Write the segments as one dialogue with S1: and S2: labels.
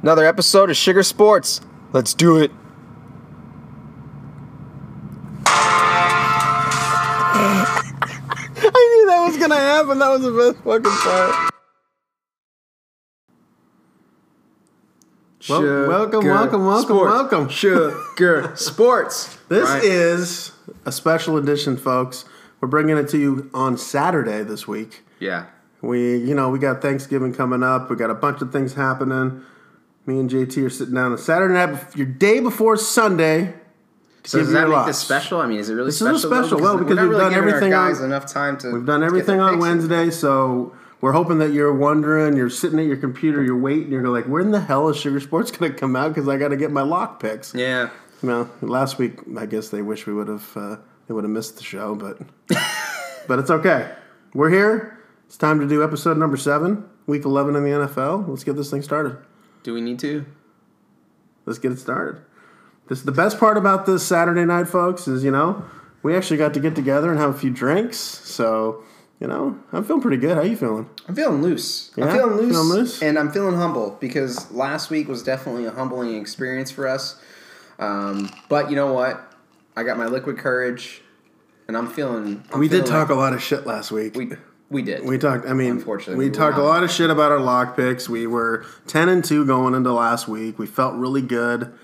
S1: Another episode of Sugar Sports. Let's do it. I knew that was gonna happen. That was the best fucking part.
S2: Wel- welcome, welcome, welcome, welcome.
S1: Sugar Sports.
S2: This
S1: Right.
S2: is a special edition, folks. We're bringing it to you on Saturday this week.
S1: yeah.
S2: We, you know, we got Thanksgiving coming up. We got a bunch of things happening. Me and JT are sitting down on Saturday night, your day before Sunday.
S3: So
S2: give
S3: does that
S2: your
S3: make
S2: lots.
S3: this special? I mean, is it really
S2: This is
S3: special?
S2: special,
S3: though?
S2: well, because
S3: we're not
S2: we've
S3: really
S2: done
S3: giving
S2: everything
S3: our
S2: on-
S3: guys enough time to.
S2: We've done everything on Wednesday, so we're hoping that you're wondering, you're sitting at your computer, you're waiting, you're like, when the hell is Sugar Sports going to come out? Because I got to get my lock picks.
S3: Yeah,
S2: Well, last week I guess they wish we would have uh, they would have missed the show, but but it's okay. We're here. It's time to do episode number seven, week eleven in the NFL. Let's get this thing started.
S3: do we need to?
S2: Let's get it started. This the best part about this Saturday night, folks, is you know we actually got to get together and have a few drinks. So you know I'm feeling pretty good. How you feeling?
S3: I'm feeling loose. I'm
S2: Yeah?
S3: feeling loose,
S2: Feeling loose?
S3: and I'm feeling humble because last week was definitely a humbling experience for us. Um, but you know what? I got my liquid courage, and I'm feeling. I'm
S2: we did
S3: feeling
S2: talk
S3: like
S2: a lot of shit last week.
S3: we we did.
S2: We talked. I mean,
S3: Unfortunately,
S2: we,
S3: we were
S2: talked a
S3: not.
S2: lot of shit about our lock picks. We were ten and two going into last week. We felt really good.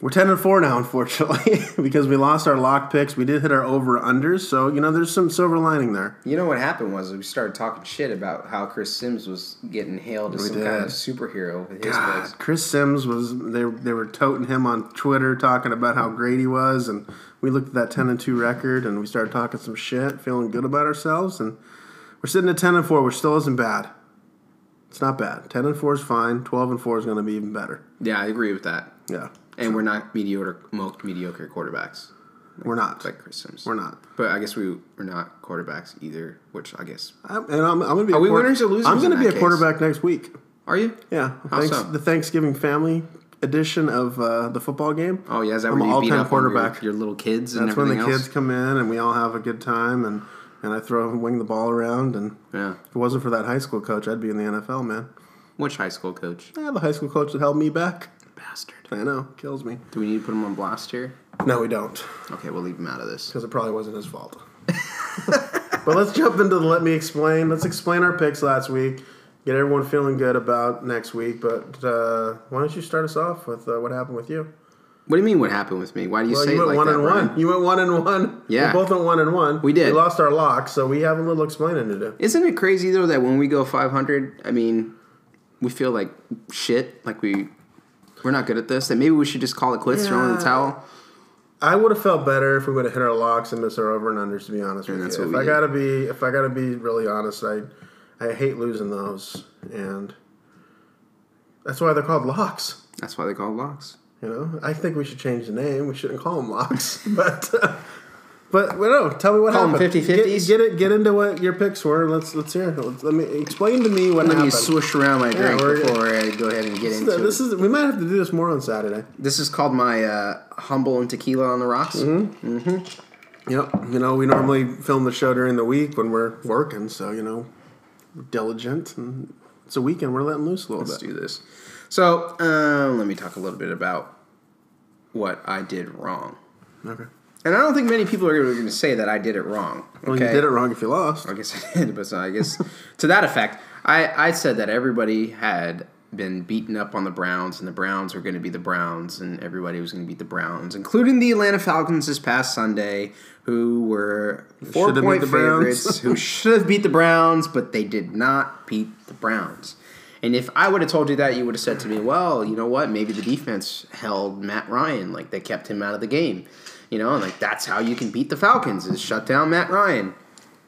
S2: We're ten and four now, unfortunately, because we lost our lock picks. We did hit our over unders, so you know there's some silver lining there.
S3: you know what happened was we started talking shit about how Chris Sims was getting hailed as some kind
S2: did.
S3: of superhero with his
S2: God,
S3: picks.
S2: Chris Sims was they they were toting him on Twitter, talking about how great he was, and we looked at that ten and two record, and we started talking some shit, feeling good about ourselves, and we're sitting at ten and four, which still isn't bad. It's not bad. Ten and four is fine. Twelve and four is going to be even better.
S3: Yeah, I agree with that.
S2: Yeah,
S3: And we're not mediocre, most mediocre quarterbacks
S2: we're not.
S3: like Chris Sims.
S2: We're not.
S3: But I guess we we're not quarterbacks either, which I guess
S2: I'm, and I'm, I'm going to be. a
S3: Are we
S2: quarter-
S3: winners or losers
S2: I'm gonna
S3: in
S2: be
S3: that
S2: a
S3: case?
S2: quarterback next week.
S3: are you?
S2: Yeah,
S3: How
S2: thanks,
S3: so?
S2: the Thanksgiving family edition of uh, the football game.
S3: Oh yeah, is that
S2: I'm
S3: where you beat
S2: all-time
S3: up
S2: quarterback.
S3: quarterback. Your, your little kids and
S2: That's when
S3: everything
S2: the kids
S3: else.
S2: come in and we all have a good time and and I throw and wing the ball around and
S3: Yeah.
S2: if it wasn't for that high school coach, I'd be in the NFL, man.
S3: Which high school coach?
S2: Yeah, the high school coach that held me back.
S3: Bastard.
S2: I know, kills me.
S3: Do we need to put him on blast here?
S2: No, we don't,
S3: Okay, we'll leave him out of this.
S2: because it probably wasn't his fault. but let's jump into the let me explain. Let's explain our picks last week. Get everyone feeling good about next week. But uh, why don't you start us off with uh, what happened with you?
S3: What do you mean? What happened with me? Why do you
S2: Well,
S3: say
S2: you
S3: it
S2: went
S3: like
S2: one
S3: that?
S2: and
S3: Brian?
S2: one. You went one and one.
S3: Yeah.
S2: we both went one and one.
S3: We did.
S2: We lost our lock, so we have a little explaining to do.
S3: Isn't it crazy though that when we go 500, I mean, we feel like shit, like we we're not good at this, and maybe we should just call it quits, throw in the
S2: Yeah.
S3: towel.
S2: I would have felt better if we would have hit our locks and missed our over and unders. To be honest with
S3: that's
S2: you,
S3: what
S2: if
S3: we
S2: I
S3: did.
S2: gotta be, if I gotta be really honest, I, I hate losing those, and that's why they're called locks.
S3: That's why they call it locks.
S2: You know, I think we should change the name. We shouldn't call them locks, but. Uh, but well, no, tell me what
S3: Call 'em
S2: happened.
S3: 50-50s?
S2: Get, get it. Get into what your picks were. Let's let's hear. It. Let's, let me explain to me what
S3: Let me
S2: happened.
S3: swish around my drink
S2: we're-
S3: before I go ahead and get into
S2: So
S3: it.
S2: this is we might have to do this more on Saturday.
S3: This is called my uh, humble and tequila on the rocks.
S2: Mm-hmm. Yep. You know, we normally film the show during the week when we're working, so you know, we're diligent and it's a weekend. We're letting loose a little
S3: Let's
S2: bit.
S3: do this. So uh, let me talk a little bit about what I did wrong,
S2: Okay.
S3: and I don't think many people are going to say that I did it wrong. Okay,
S2: Well, you did it wrong if you lost.
S3: I guess I did, but so I guess to that effect, I, I said that everybody had been beaten up on the Browns, and the Browns were going to be the Browns, and everybody was going to beat the Browns, including the Atlanta Falcons this past Sunday, who were four
S2: Should have beat
S3: point
S2: the Browns.
S3: favorites, who should have beat the Browns, but they did not beat the Browns. And if I would have told you that, you would have said to me, "Well, you know what? Maybe the defense held Matt Ryan, like they kept him out of the game." You know, and like that's how you can beat the Falcons is shut down Matt Ryan.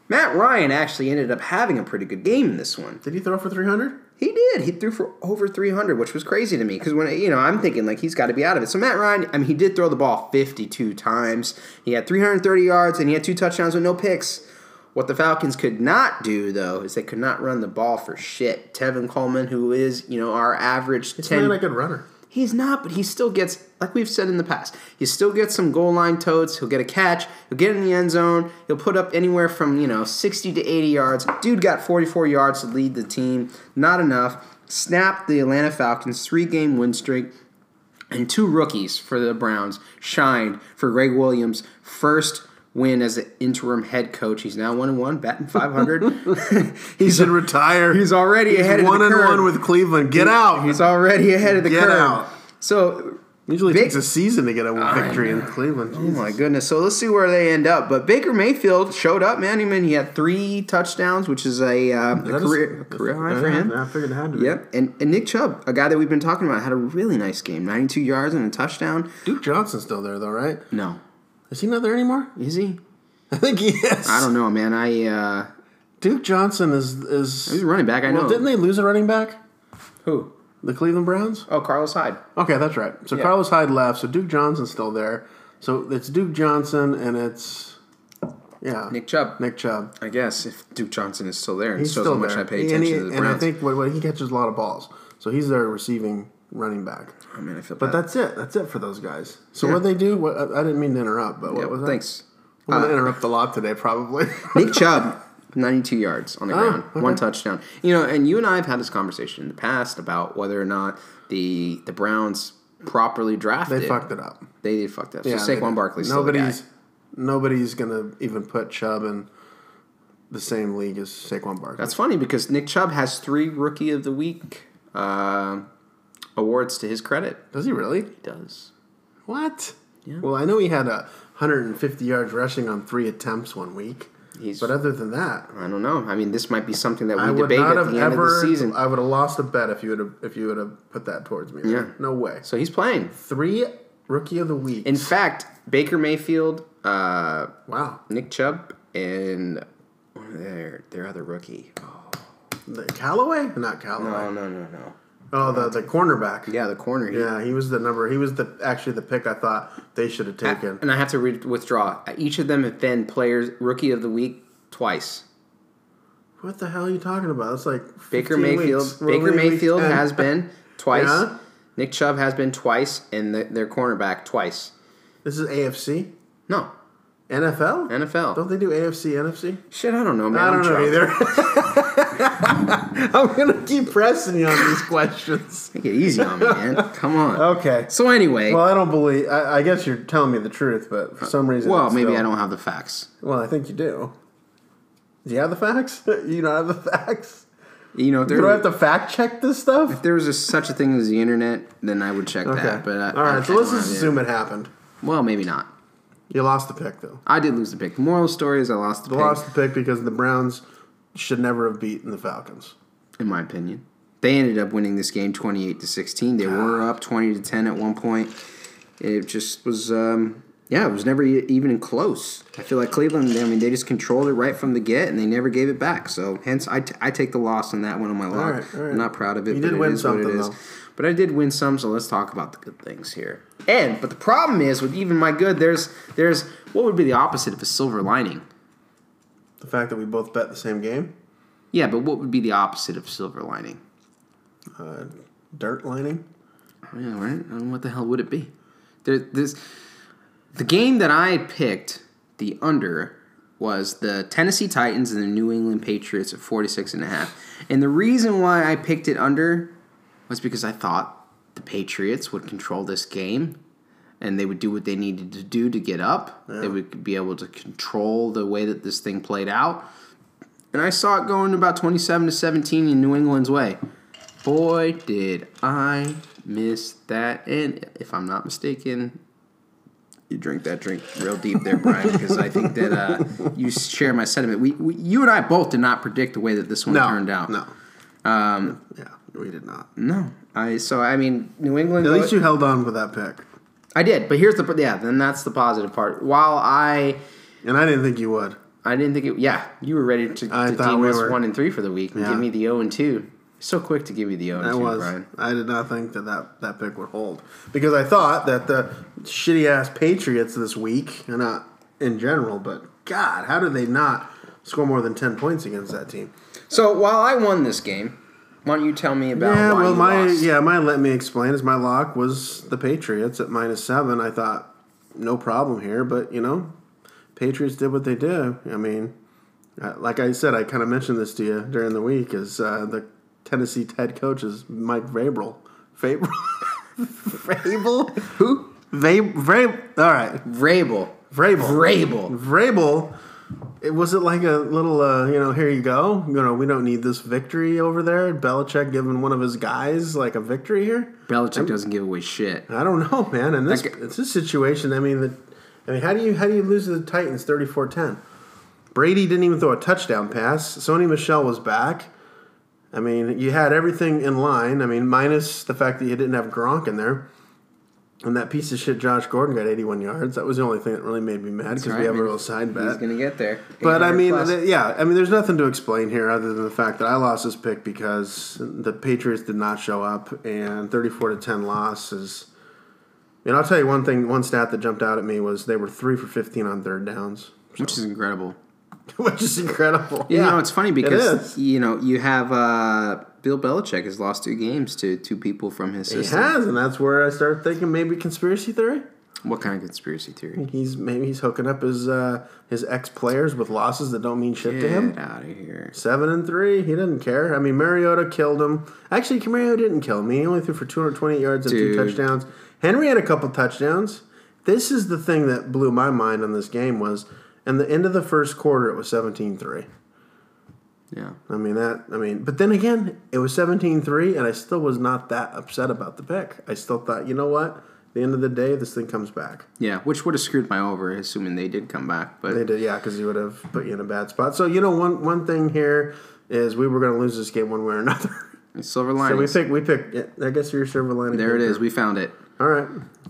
S3: Matt Ryan actually ended up having a pretty good game in this one.
S2: Did he throw for three hundred?
S3: He did. He threw for over 300, which was crazy to me because when you know I'm thinking like he's got to be out of it. So Matt Ryan, I mean, he did throw the ball 52 times. He had 330 yards and he had two touchdowns with no picks. What the Falcons could not do though is they could not run the ball for shit. Tevin Coleman, who is you know our average
S2: He's
S3: 10
S2: playing a good runner.
S3: He's not, but he still gets, like we've said in the past, he still gets some goal line totes. He'll get a catch. He'll get in the end zone. He'll put up anywhere from, you know, 60 to 80 yards. Dude got 44 yards to lead the team. Not enough. snapped the Atlanta Falcons' three-game win streak, and two rookies for the Browns shined for Greg Williams' first win as the interim head coach. He's now one and one, batting five hundred. he's
S2: Should retire.
S3: he's already ahead
S2: one
S3: of the
S2: and
S3: curve.
S2: one with Cleveland. Get out.
S3: he's already ahead of the
S2: Get
S3: curve.
S2: out.
S3: So
S2: Usually
S3: Vic-
S2: takes a season to get a victory in Cleveland.
S3: Oh my goodness. So let's see where they end up. But Baker Mayfield showed up, man. I mean, he had three touchdowns, which is a, uh, a
S2: That is-
S3: career, a career high for
S2: yeah,
S3: him.
S2: I figured it had to be.
S3: Yep. And, and Nick Chubb, a guy that we've been talking about, had a really nice game 92 yards and a touchdown.
S2: Duke Johnson's still there though, right?
S3: No.
S2: Is he not there anymore?
S3: Is he?
S2: I think he is.
S3: I don't know, man. I uh,
S2: Duke Johnson is is.
S3: He's a running back, I
S2: well,
S3: know.
S2: Didn't they lose a running back?
S3: Who?
S2: The Cleveland Browns.
S3: Oh, Carlos Hyde.
S2: Okay, that's right. So
S3: Yeah.
S2: Carlos Hyde left. So Duke Johnson's still there. So it's Duke Johnson and it's yeah
S3: Nick Chubb.
S2: Nick Chubb.
S3: I guess if Duke Johnson is still there,
S2: He's
S3: it shows
S2: still
S3: how much
S2: there.
S3: I pay
S2: And
S3: attention
S2: he-
S3: to the
S2: And I
S3: Browns.
S2: think what, what he catches a lot of balls. So he's their receiving running back.
S3: oh, man, I feel
S2: But
S3: bad.
S2: that's it. That's it for those guys. So
S3: Yeah.
S2: what they do? What, I I didn't mean to interrupt, but what
S3: Yeah,
S2: was that?
S3: thanks. Uh,
S2: I'm gonna interrupt a lot today, probably.
S3: Nick Chubb, 92 yards on the ground,
S2: Oh, okay.
S3: one touchdown. You know, and you and I have had this conversation in the past about whether or not the the Browns properly drafted.
S2: they fucked it up.
S3: They did fucked up.
S2: Yeah,
S3: so
S2: they
S3: Saquon
S2: did.
S3: Barkley's still the guy.
S2: Nobody's nobody's gonna even put Chubb in the same league as Saquon Barkley.
S3: That's funny because Nick Chubb has three Rookie of the Week uh, awards to his credit.
S2: Does he really?
S3: He does.
S2: What? Well, I know he had a 150 yards rushing on three attempts one week.
S3: He's-
S2: but other than that,
S3: I don't know. I mean, this might be something that we
S2: I would
S3: debate at
S2: not
S3: the end of
S2: have ever.
S3: the season.
S2: I would have lost a bet if you would have if you would have put that towards me.
S3: Yeah.
S2: No way.
S3: so he's playing.
S2: Three rookie of the week.
S3: In fact, Baker Mayfield, uh,
S2: wow.
S3: Nick Chubb, and their their other rookie.
S2: The Callaway? Not Callaway.
S3: Oh no no no!
S2: Oh, the the cornerback.
S3: Yeah, the corner. He,
S2: Yeah, he was the number. He was the actually the pick I thought they should
S3: Ah.
S2: have taken.
S3: And I have to re- withdraw. Each of them have been players rookie of the week twice.
S2: What the hell are you talking about? It's like
S3: Baker
S2: 15
S3: Mayfield.
S2: weeks. We're
S3: Baker
S2: only week
S3: Mayfield
S2: 10.
S3: has been twice.
S2: Yeah.
S3: Nick Chubb has been twice, and the, their cornerback twice.
S2: This is AFC,
S3: No
S2: NFL.
S3: NFL.
S2: Don't they do AFC, NFC?
S3: Shit, I don't know, man.
S2: I don't
S3: I'm
S2: know
S3: drunk.
S2: either. I'm gonna keep pressing you on these questions.
S3: Take it easy on me, man. Come on.
S2: Okay.
S3: So anyway,
S2: Well,
S3: well,
S2: I don't believe. I, I guess you're telling me the truth, but for some reason, it's
S3: maybe
S2: still-
S3: I don't have the facts.
S2: Well, I think you do. Do you have the facts? you don't have the facts.
S3: You know, if there,
S2: Do I have to fact check this stuff?
S3: if there was a, such a thing as the internet, then I would check
S2: Okay.
S3: that. But I,
S2: all
S3: I- I
S2: right. so
S3: don't
S2: let's just
S3: have it.
S2: assume it happened.
S3: Well, maybe not.
S2: You lost the pick though.
S3: I did lose the pick. The moral story is I lost the
S2: You
S3: pick,
S2: lost the pick because the Browns should never have beaten the Falcons.
S3: in my opinion. They ended up winning this game 28 to 16. They
S2: Ah.
S3: were up 20 to 10 at one point. It just was, um, yeah, it was never e- even close. I feel like Cleveland, I mean, they just controlled it right from the get and they never gave it back. So, hence, I, t- I take the loss on that one on my log.
S2: right, all right.
S3: I'm not proud of it.
S2: You
S3: but
S2: did
S3: it
S2: win
S3: is what it
S2: something,
S3: is.
S2: though.
S3: But I did win some, so let's talk about the good things here. And, but the problem is with even my good, there's, there's what would be the opposite of a silver lining?
S2: The fact that we both bet the same game,
S3: Yeah, but what would be the opposite of silver lining?
S2: uh, dirt lining.
S3: Yeah, right. And what the hell would it be? There, this, the game that I picked the under was the Tennessee Titans and the New England Patriots at 46 and a half. And the reason why I picked it under was because I thought the Patriots would control this game and they would do what they needed to do to get up. They would be able to control the way that this thing played out. And I saw it going about 27 to 17 in New England's way. Boy, did I miss that. And if I'm not mistaken, you drink that drink real deep there, Brian, because I think that uh, you share my sentiment. We, we, you and I both did not predict the way that this one
S2: No,
S3: turned out. Um, Mm.
S2: No. Um, yeah, we did not.
S3: No. I so I mean New England.
S2: At least you held on with that pick,
S3: I did, but here's the yeah. Then that's the positive part. While I
S2: and I didn't think you would.
S3: I didn't think it. Yeah, you were ready to,
S2: I
S3: to
S2: thought
S3: deem
S2: we
S3: us
S2: were-
S3: one and three for the week and
S2: Yeah.
S3: give me the zero and two. So quick to give you the zero and
S2: I
S3: two,
S2: was.
S3: Brian.
S2: I did not think that, that that pick would hold because I thought that the shitty ass Patriots this week, and not in general, but God, how did they not score more than ten points against that team?
S3: So while I won this game, why don't you tell me about?
S2: Yeah,
S3: why
S2: well,
S3: you
S2: my
S3: lost?
S2: yeah, my let me explain is my lock was the Patriots at minus seven. I thought no problem here, but you know, Patriots did what they did. I mean, uh, like I said, I kind of mentioned this to you during the week. Is uh, the Tennessee head coach is Mike Vrabel. Vrabel.
S3: Vrabel? Who?
S2: Vrabel. Vrabel. All right.
S3: Vrabel.
S2: Vrabel.
S3: Vrabel.
S2: Vrabel, it was it like a little, uh, you know, here you go. You know, we don't need this victory over there. Belichick giving one of his guys like a victory here.
S3: Belichick doesn't give away shit.
S2: I don't know, man. In this,
S3: That guy-
S2: it's this situation. I mean, the, I mean, how do you how do you lose to the Titans 34-10? Brady didn't even throw a touchdown pass. Sony Michelle was back. I mean, you had everything in line. I mean, minus the fact that you didn't have Gronk in there. And that piece of shit Josh Gordon got 81 yards. That was the only thing that really made me mad because
S3: right,
S2: we have a
S3: man.
S2: real side bet.
S3: He's gonna get there.
S2: But I
S3: 800
S2: mean,
S3: plus.
S2: th- yeah, I mean, there's nothing to explain here other than the fact that I lost this pick because the Patriots did not show up, and 34 to 10 loss is. And I'll tell you one thing, one stat that jumped out at me was they were three for 15 on third downs,
S3: which is incredible.
S2: which is incredible.
S3: You know, it's funny
S2: it
S3: because
S2: is.
S3: you know you have uh, Bill Belichick has lost two games to two people from his
S2: He
S3: system.
S2: has, and that's where I started thinking maybe conspiracy theory.
S3: What kind of conspiracy theory?
S2: He's maybe he's hooking up his uh, his ex players with losses that don't mean shit to him.
S3: Get out of here.
S2: Seven and three. He didn't care. I mean, Mariota killed him. Actually, Mariota didn't kill him. He only threw for 228 yards and two
S3: Dude.
S2: touchdowns. Henry had a couple touchdowns. This is the thing that blew my mind on this game was, in the end of the first quarter, it was 17-3.
S3: Yeah.
S2: I mean that. I mean, but then again, it was 17-3, and I still was not that upset about the pick. I still thought, you know what? At the end of the day, this thing comes back.
S3: Yeah, which would have screwed my over, assuming they did come back. But
S2: They did, yeah, because he would have put you in a bad spot. So you know, one one thing here is we were going to lose this game one way or another.
S3: silver
S2: So we
S3: lining.
S2: picked. We picked. yeah, I guess your silver lining.
S3: there it
S2: picker.
S3: is. We found it.
S2: All right.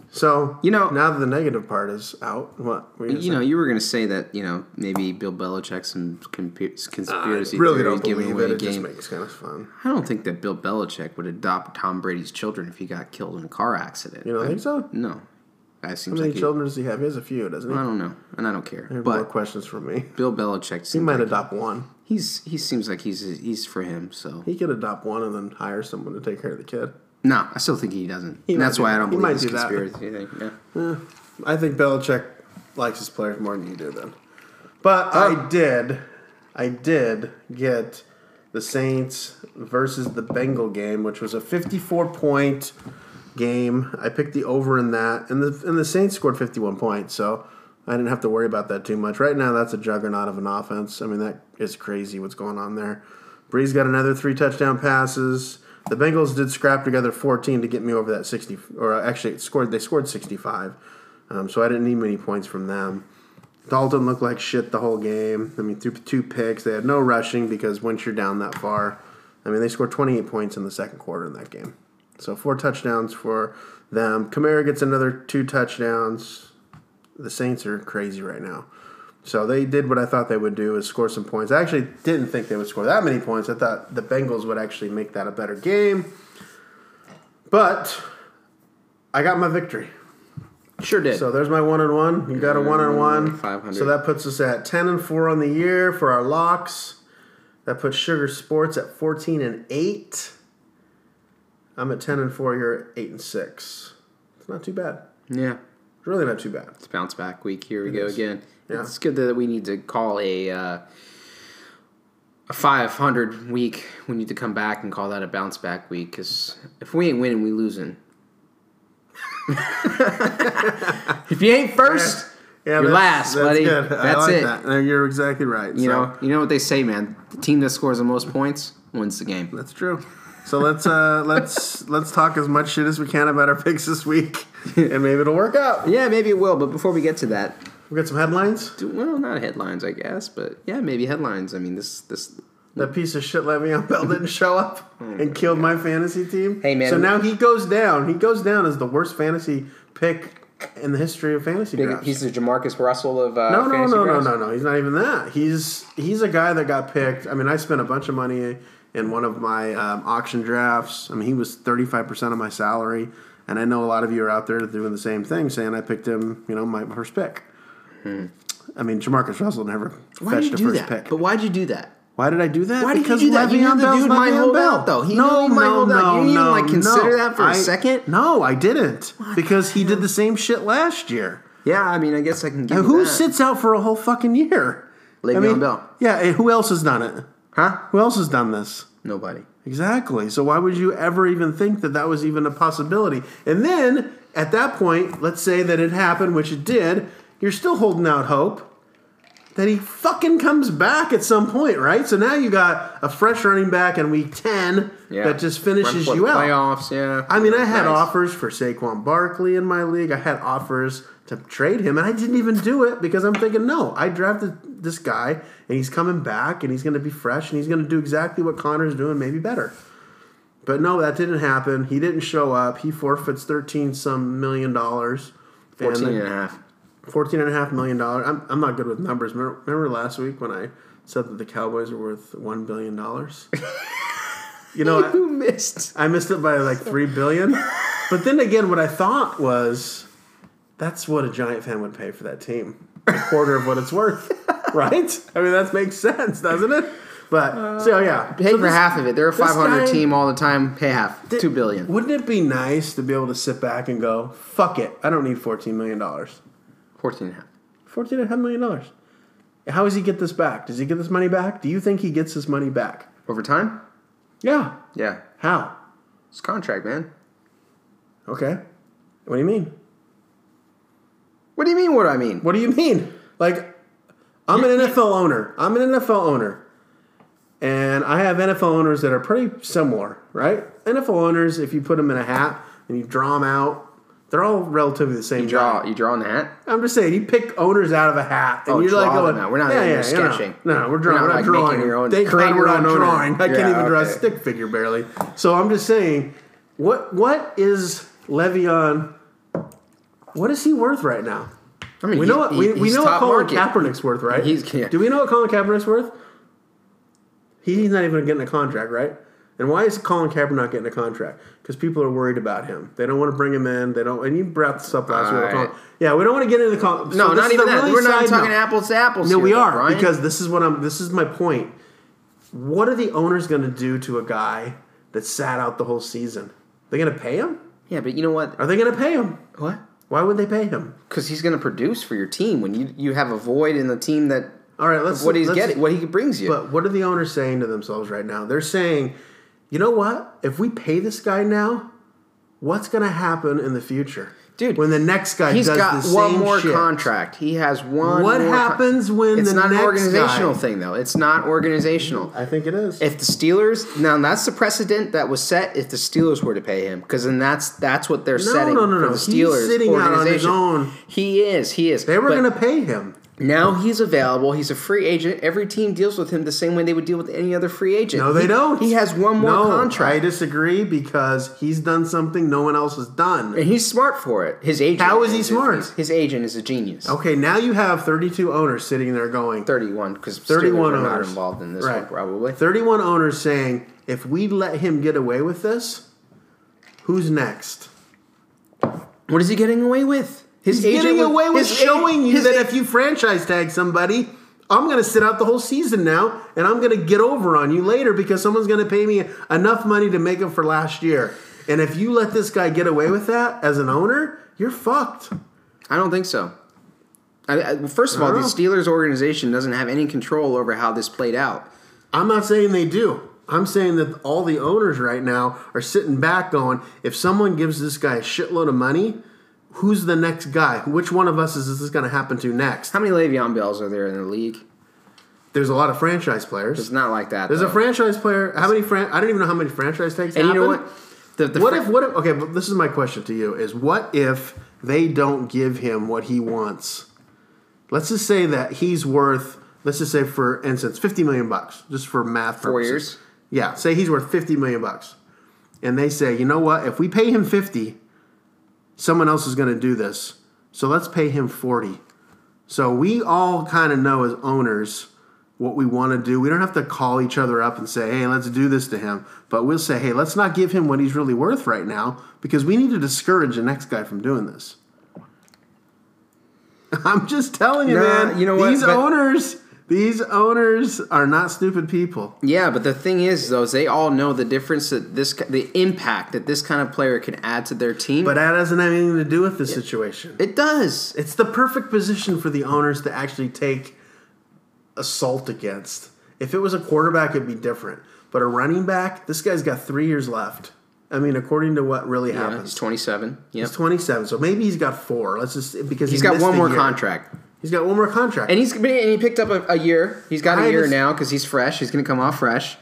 S2: So
S3: You know-
S2: now that the negative part is out, what? were
S3: You
S2: gonna
S3: know, you were gonna say that you know maybe Bill Belichick's and consp-
S2: say?
S3: conspiracy
S2: I really
S3: theory
S2: don't
S3: is giving
S2: believe
S3: away
S2: it.
S3: a
S2: It just
S3: game.
S2: makes kind of fun.
S3: I don't think that Bill Belichick would adopt Tom Brady's children if he got killed in a car accident.
S2: You don't think so?
S3: No, that seems
S2: How many
S3: like he-
S2: children does he have? He has a few, doesn't he?
S3: I don't know, and I don't care.
S2: There are more
S3: But
S2: questions for me.
S3: Bill Belichick
S2: He
S3: seems
S2: might
S3: like
S2: adopt one.
S3: he's he seems like he's he's for him. So
S2: He could adopt one and then hire someone to take care of the kid.
S3: no, I still think he doesn't.
S2: He
S3: And
S2: might
S3: that's
S2: do
S3: why I
S2: that.
S3: don't
S2: He might
S3: believe this
S2: do that.
S3: conspiracy thing. Yeah.
S2: Eh, I think Belichick likes his players more than you do, then. But I did, I did get the Saints versus the Bengal game, which was a 54 point game. I picked the over in that, and the and the Saints scored 51 points, so I didn't have to worry about that too much. Right now, that's a juggernaut of an offense. I mean, that is crazy what's going on there. Breeze got another three touchdown passes. The Bengals did scrap together 14 to get me over that 60, or actually it scored. They scored 65, um, so I didn't need many points from them. Dalton looked like shit the whole game. I mean, threw two picks. They had no rushing because once you're down that far, I mean, they scored 28 points in the second quarter in that game. So four touchdowns for them. Kamara gets another two touchdowns. The Saints are crazy right now. So they did what I thought they would do is score some points. I actually didn't think they would score that many points. I thought the Bengals would actually make that a better game. But I got my victory.
S3: Sure did.
S2: So there's my one on one. You got a one on one.
S3: 500.
S2: So that puts us at ten and four on the year for our locks. That puts Sugar Sports at fourteen and eight. I'm at ten and four. You're at eight and six. It's not too bad.
S3: yeah.
S2: It's really not too bad.
S3: It's bounce back week. Here we go
S2: is.
S3: again.
S2: Yeah.
S3: It's good that we need to call a uh, a 500 week. We need to come back and call that a bounce back week because if we ain't winning, we losing. if you ain't first,
S2: Yeah,
S3: You're last, buddy.
S2: good.
S3: That's it.
S2: that. You're exactly right.
S3: you
S2: So,
S3: know you know what they say, man. The team that scores the most points wins the game.
S2: that's true. So let's uh, let's let's talk as much shit as we can about our picks this week, and maybe it'll work out.
S3: Yeah, maybe it will. But before we get to that,
S2: We got some headlines.
S3: do- well, not headlines, I guess, but yeah, maybe headlines. I mean, this this
S2: That piece of shit Le'Veon Bell didn't show up
S3: Hmm.
S2: and killed my fantasy team.
S3: Hey, man.
S2: So now he goes down. He goes down as the worst fantasy pick in the history of fantasy
S3: big
S2: drafts.
S3: piece of Jamarcus Russell of uh,
S2: no, no,
S3: fantasy
S2: no, no,
S3: drafts.
S2: no, no. He's not even that. He's he's a guy that got picked. I mean, I spent a bunch of money in one of my um, auction drafts. I mean, he was thirty five percent of my salary, and I know a lot of you are out there doing the same thing, saying I picked him. You know, my first pick.
S3: Hmm.
S2: I mean, Jamarcus Russell never
S3: Why did
S2: fetched
S3: you do
S2: a
S3: that?
S2: first pick.
S3: But why'd you do that?
S2: Why did I do that?
S3: Why did you do that? You knew the dude might
S2: Le'Veon
S3: hold out, though. He knew he might hold out. You didn't even, like, consider that for a
S2: a
S3: second?
S2: No, I didn't. because he did the same shit last year.
S3: Yeah, I mean, I guess I can give
S2: And
S3: you
S2: who
S3: that.
S2: sits out for a whole fucking year?
S3: Le'Veon Bell.
S2: Yeah, and who else has done it?
S3: Huh?
S2: Who else has done this?
S3: Nobody.
S2: Exactly. So why would you ever even think that that was even a possibility? And then at that point, let's say that it happened, which it did. You're still holding out hope that he fucking comes back at some point, right? So now you got a fresh running back in week ten that just finishes
S3: Front
S2: you
S3: foot
S2: out.
S3: Playoffs, yeah.
S2: I mean, I had
S3: Nice.
S2: offers for Saquon Barkley in my league. I had offers to trade him, and I didn't even do it because I'm thinking, no, I drafted this guy, and he's coming back, and he's going to be fresh, and he's going to do exactly what Connor's doing, maybe better. But no, that didn't happen. He didn't show up. He forfeits 13 some million dollars. And
S3: 14
S2: then-
S3: and a half.
S2: Fourteen and a half million dollars. I'm, I'm not good with numbers. Remember, remember last week when I said that the Cowboys are worth one billion dollars? you know, I-
S3: Who missed?
S2: I missed it by like three billion. But then again, what I thought was that's what a Giant fan would pay for that team. A quarter of what it's worth. Right? I mean that makes sense, doesn't it? But so yeah.
S3: Pay
S2: so
S3: Uh, for
S2: this-
S3: half of it. They're a
S2: this
S3: 500
S2: guy-
S3: team all the time. Pay half.
S2: Th-
S3: Two billion.
S2: Wouldn't it be nice to be able to sit back and go, fuck it, I don't need fourteen million dollars.
S3: 14 and a half.
S2: Fourteen and a half million dollars. How does he get this back? Does he get this money back? Do you think he gets his money back?
S3: Over time?
S2: Yeah.
S3: Yeah.
S2: How?
S3: It's contract, man.
S2: Okay. What do you mean?
S3: What do you mean what do I mean?
S2: What do you mean? Like, I'm an NFL owner. I'm an NFL owner. And I have NFL owners that are pretty similar, right? NFL owners, if you put them in a hat and you draw them out, they're all relatively the same.
S3: You draw you draw on the hat?
S2: I'm just saying, you pick owners out of a hat, and
S3: Oh,
S2: you're like,
S3: draw
S2: going,
S3: them out. We're not even
S2: you're not-
S3: sketching.
S2: No, no, we're drawing.
S3: We're not,
S2: We're not,
S3: like,
S2: drawing.
S3: making your own-
S2: Thank
S3: create
S2: God
S3: your
S2: we're not
S3: own owner.
S2: drawing. I
S3: Yeah,
S2: can't even draw a
S3: okay.
S2: stick figure barely. So I'm just saying, what what is Le'Veon? What is he worth right now?
S3: I mean,
S2: We
S3: he-
S2: know what
S3: he-
S2: we, we
S3: he's
S2: know what
S3: top
S2: Colin
S3: market.
S2: Kaepernick's worth, right?
S3: He's- yeah.
S2: Do we know what Colin Kaepernick's worth? He's not even getting a contract, right? And why is Colin Kaepernick not getting a contract? Because people are worried about him. They don't want to bring him in. They don't. And you brought this up last week. with
S3: Alright.
S2: Colin. Yeah, we don't want to get into Colin.
S3: No, not even that. We're not talking
S2: Apple.
S3: apples to apples.
S2: No,
S3: here,
S2: we
S3: though,
S2: are
S3: Brian.
S2: because this is what I'm. This is my point. What are the owners going to do to a guy that sat out the whole season? They're going to pay him?
S3: yeah, but you know what?
S2: Are they going to pay him?
S3: What?
S2: Why would they pay him?
S3: Because he's going to produce for your team when you you have a void in the team that
S2: All right, let's.
S3: what he's
S2: let's-
S3: getting, what he brings you.
S2: But what are the owners saying to themselves right now? They're saying, you know what? If we pay this guy now, what's going to happen in the future?
S3: Dude,
S2: when the next guy
S3: He's
S2: does
S3: got
S2: the
S3: one
S2: same
S3: more
S2: shit.
S3: contract. He has one.
S2: What
S3: more
S2: happens when
S3: it's
S2: the
S3: not
S2: next
S3: an organizational
S2: guy-
S3: thing though? It's not organizational.
S2: I think it is.
S3: If the Steelers now that's the precedent that was set if the Steelers were to pay him because then that's that's what they're
S2: No,
S3: setting
S2: no, no,
S3: for
S2: no.
S3: the
S2: He's
S3: Steelers
S2: sitting out on his
S3: organization.
S2: own.
S3: He is. He is.
S2: they were
S3: But
S2: going to pay him.
S3: now he's available. He's a free agent. Every team deals with him the same way they would deal with any other free agent.
S2: No, they
S3: He-
S2: don't.
S3: He has one more
S2: no, I
S3: contract,
S2: disagree because he's done something no one else has done.
S3: and he's smart for it. His agent.
S2: How is he
S3: his-
S2: smart?
S3: His, his agent is a genius.
S2: Okay, now you have 32 owners sitting there going,
S3: 31 because
S2: 31
S3: 31 are not
S2: owners.
S3: involved in this
S2: Right.
S3: one probably.
S2: 31 owners saying, if we let him get away with this, who's next?
S3: What is he getting away with? His
S2: He's getting
S3: would-
S2: away with
S3: his a-
S2: showing you
S3: his
S2: that
S3: a-
S2: if you franchise tag somebody, I'm going to sit out the whole season now, and I'm going to get over on you later because someone's going to pay me enough money to make up for last year. And if you let this guy get away with that as an owner, you're fucked.
S3: I don't think so. I, I, well, first of all, the
S2: don't
S3: Steelers organization doesn't have any control over how this played out.
S2: I'm not saying they do. I'm saying that all the owners right now are sitting back going, if someone gives this guy a shitload of money, who's the next guy? Which one of us is this going to happen to next?
S3: How many Le'Veon Bells are there in the league?
S2: There's a lot of franchise
S3: It's
S2: players.
S3: not like that.
S2: There's a
S3: though.
S2: franchise player. How many fran- I don't even know how many franchise tags
S3: and you know
S2: happen.
S3: what? The, the
S2: What
S3: fr-
S2: if what if okay, but this is my question to you is what if they don't give him what he wants? Let's just say that he's worth let's just say for instance 50 million bucks just for math
S3: Four
S2: purposes.
S3: years?
S2: Yeah, say he's worth 50 million bucks. And they say, "You know what? If we pay him 50, someone else is going to do this. So let's pay him 40." So we all kind of know as owners what we want to do. We don't have to call each other up and say, hey, let's do this to him. But we'll say, hey, let's not give him what he's really worth right now because we need to discourage the next guy from doing this. I'm just telling you,
S3: Nah,
S2: man.
S3: you know what,
S2: These
S3: but-
S2: owners, these owners are not stupid people.
S3: yeah, but the thing is, though, is they all know the difference that this, ki- the impact that this kind of player can add to their team.
S2: But that doesn't have anything to do with this situation.
S3: it does.
S2: It's the perfect position for the owners to actually take assault against. If it was a quarterback, it'd be different. But a running back, this guy's got three years left. I mean, according to what really
S3: Yeah,
S2: happens,
S3: he's 27. Yep.
S2: he's 27, so maybe he's got four. Let's just because
S3: he's
S2: he
S3: got
S2: missed
S3: one
S2: a
S3: more
S2: year.
S3: contract.
S2: He's got one more contract.
S3: And he's and he picked up a, a year. He's got a
S2: I
S3: year
S2: just-
S3: now because he's fresh. He's going to come off fresh.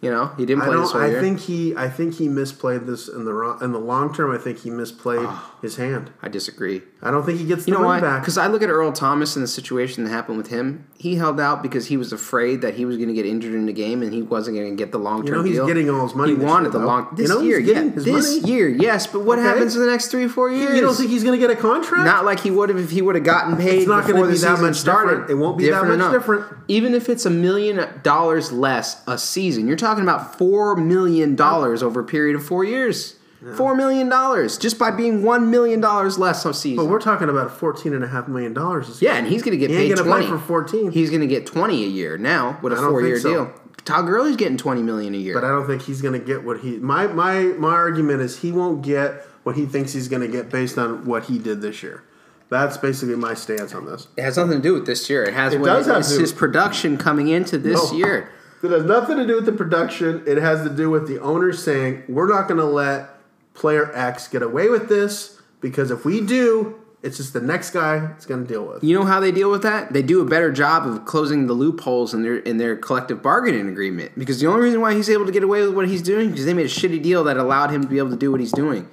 S3: You know, he didn't
S2: I
S3: play this
S2: don't.
S3: whole year.
S2: I think he. I think he misplayed this in the wrong, in the long term. I think he misplayed his hand.
S3: I disagree.
S2: I don't think he gets the
S3: Ah. You know
S2: money
S3: why?
S2: back.
S3: Because I look at Earl Thomas and the situation that happened with him. He held out because he was afraid that he was going to get injured in the game and he wasn't going to get the long term.
S2: know he's
S3: deal.
S2: getting all his money
S3: He
S2: this
S3: wanted
S2: year,
S3: the
S2: though.
S3: long
S2: You
S3: this
S2: know he's
S3: year.
S2: getting
S3: yeah,
S2: his
S3: this
S2: money.
S3: year, yes. But what
S2: Okay.
S3: happens in the next three, four years?
S2: you don't think he's going to get a contract?
S3: not like he would have if he would have gotten paid.
S2: It's not gonna
S3: before the
S2: be that
S3: season
S2: much
S3: started.
S2: different. It won't be that much different.
S3: Even if it's a million dollars less a season, you're talking about four million dollars over a period of four years. Four million dollars just by being one million dollars less a season.
S2: But we're talking about fourteen and a half million dollars. this
S3: yeah,
S2: year.
S3: and he's going to get
S2: He ain't
S3: paid
S2: gonna
S3: twenty
S2: play for 14.
S3: He's going to get twenty a year now with a
S2: don't think
S3: four year
S2: so.
S3: deal. Todd Gurley's getting twenty million a year.
S2: but I don't think he's going to get what he. My my my argument is he won't get what he thinks he's going to get based on what he did this year. That's basically my stance on this.
S3: it has nothing to do with this year. It has what
S2: does have
S3: it's
S2: to do- Oh.
S3: his production coming into this
S2: No.
S3: year.
S2: It has nothing to do with the production. It has to do with the owner saying, we're not going to let player X get away with this because if we do, it's just the next guy it's going to deal with.
S3: You know how they deal with that? They do a better job of closing the loopholes in their in their collective bargaining agreement. Because the only reason why he's able to get away with what he's doing is because they made a shitty deal that allowed him to be able to do what he's doing.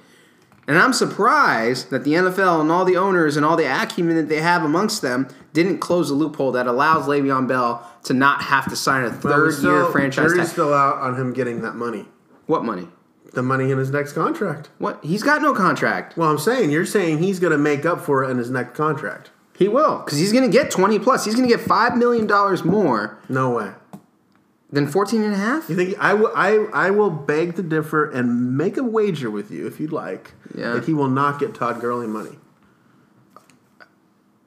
S3: And I'm surprised that the NFL and all the owners and all the acumen that they have amongst them didn't close the loophole that allows Le'Veon Bell to not have to sign a
S2: Well,
S3: third
S2: we're
S3: year
S2: still-
S3: franchise
S2: jury's
S3: tag.
S2: still out on him getting that money.
S3: what money?
S2: The money in his next contract.
S3: What? He's got no contract.
S2: Well, I'm saying you're saying he's going to make up for it in his next contract.
S3: He will, because he's going to get 20 plus. He's going to get $5 million more
S2: No way.
S3: than 14 and a half.
S2: You think I will? I I will beg to differ and make a wager with you if you'd like.
S3: Yeah.
S2: That he will not get Todd Gurley money.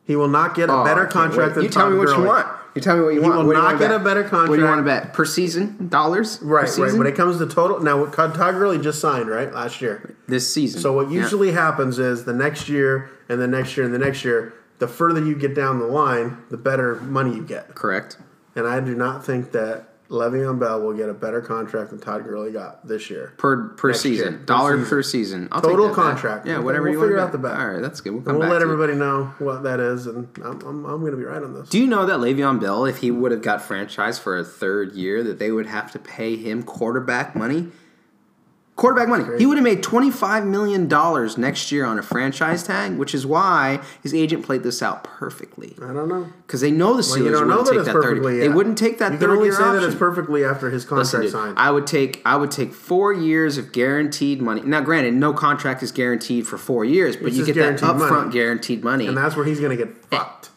S2: He will not get a
S3: Oh, I
S2: better
S3: can't
S2: contract
S3: wait.
S2: than
S3: You tell
S2: Todd
S3: me what
S2: Gurley.
S3: you want. You tell me what you want.
S2: will
S3: What do you
S2: not
S3: wanna
S2: get
S3: bet?
S2: a better
S3: What do you want to
S2: contract.
S3: bet per season? Dollars per
S2: Right, right.
S3: season?
S2: When it comes to total, now what Todd Gurley just signed right last year.
S3: this season.
S2: So what
S3: Yeah.
S2: usually happens is the next year and the next year and the next year, the further you get down the line, the better money you get.
S3: correct?
S2: And I do not think that Le'Veon Bell will get a better contract than Todd Gurley got this year.
S3: Per per
S2: Next year,
S3: season,
S2: per
S3: dollar
S2: season.
S3: per season. I'll
S2: Total
S3: take that bet.
S2: contract.
S3: Yeah,
S2: We'll-
S3: whatever
S2: we'll
S3: you want.
S2: figure
S3: to
S2: out the bet.
S3: All right, that's good. We'll come
S2: And we'll
S3: back.
S2: let
S3: to it.
S2: everybody know what that is, and I'm, I'm, I'm going to be right on this.
S3: Do you know that Le'Veon Bell, if he would have got franchised for a third year, that they would have to pay him quarterback money? Quarterback money. He would have made $25 million next year on a franchise tag, which is why his agent played this out perfectly.
S2: I don't know.
S3: Because they know the Steelers
S2: Well, you don't know
S3: wouldn't
S2: that
S3: take
S2: it's
S3: that third.
S2: perfectly.
S3: They
S2: yet.
S3: wouldn't take that
S2: You
S3: third
S2: can only
S3: year
S2: say
S3: option.
S2: that it's perfectly after his
S3: Listen,
S2: contract
S3: dude,
S2: signed.
S3: I would take I would take four years of guaranteed money. Now, granted, no contract is guaranteed for four years, but
S2: It's
S3: you
S2: just
S3: get that
S2: guaranteed
S3: upfront
S2: money.
S3: guaranteed money.
S2: and that's where he's going to get fucked.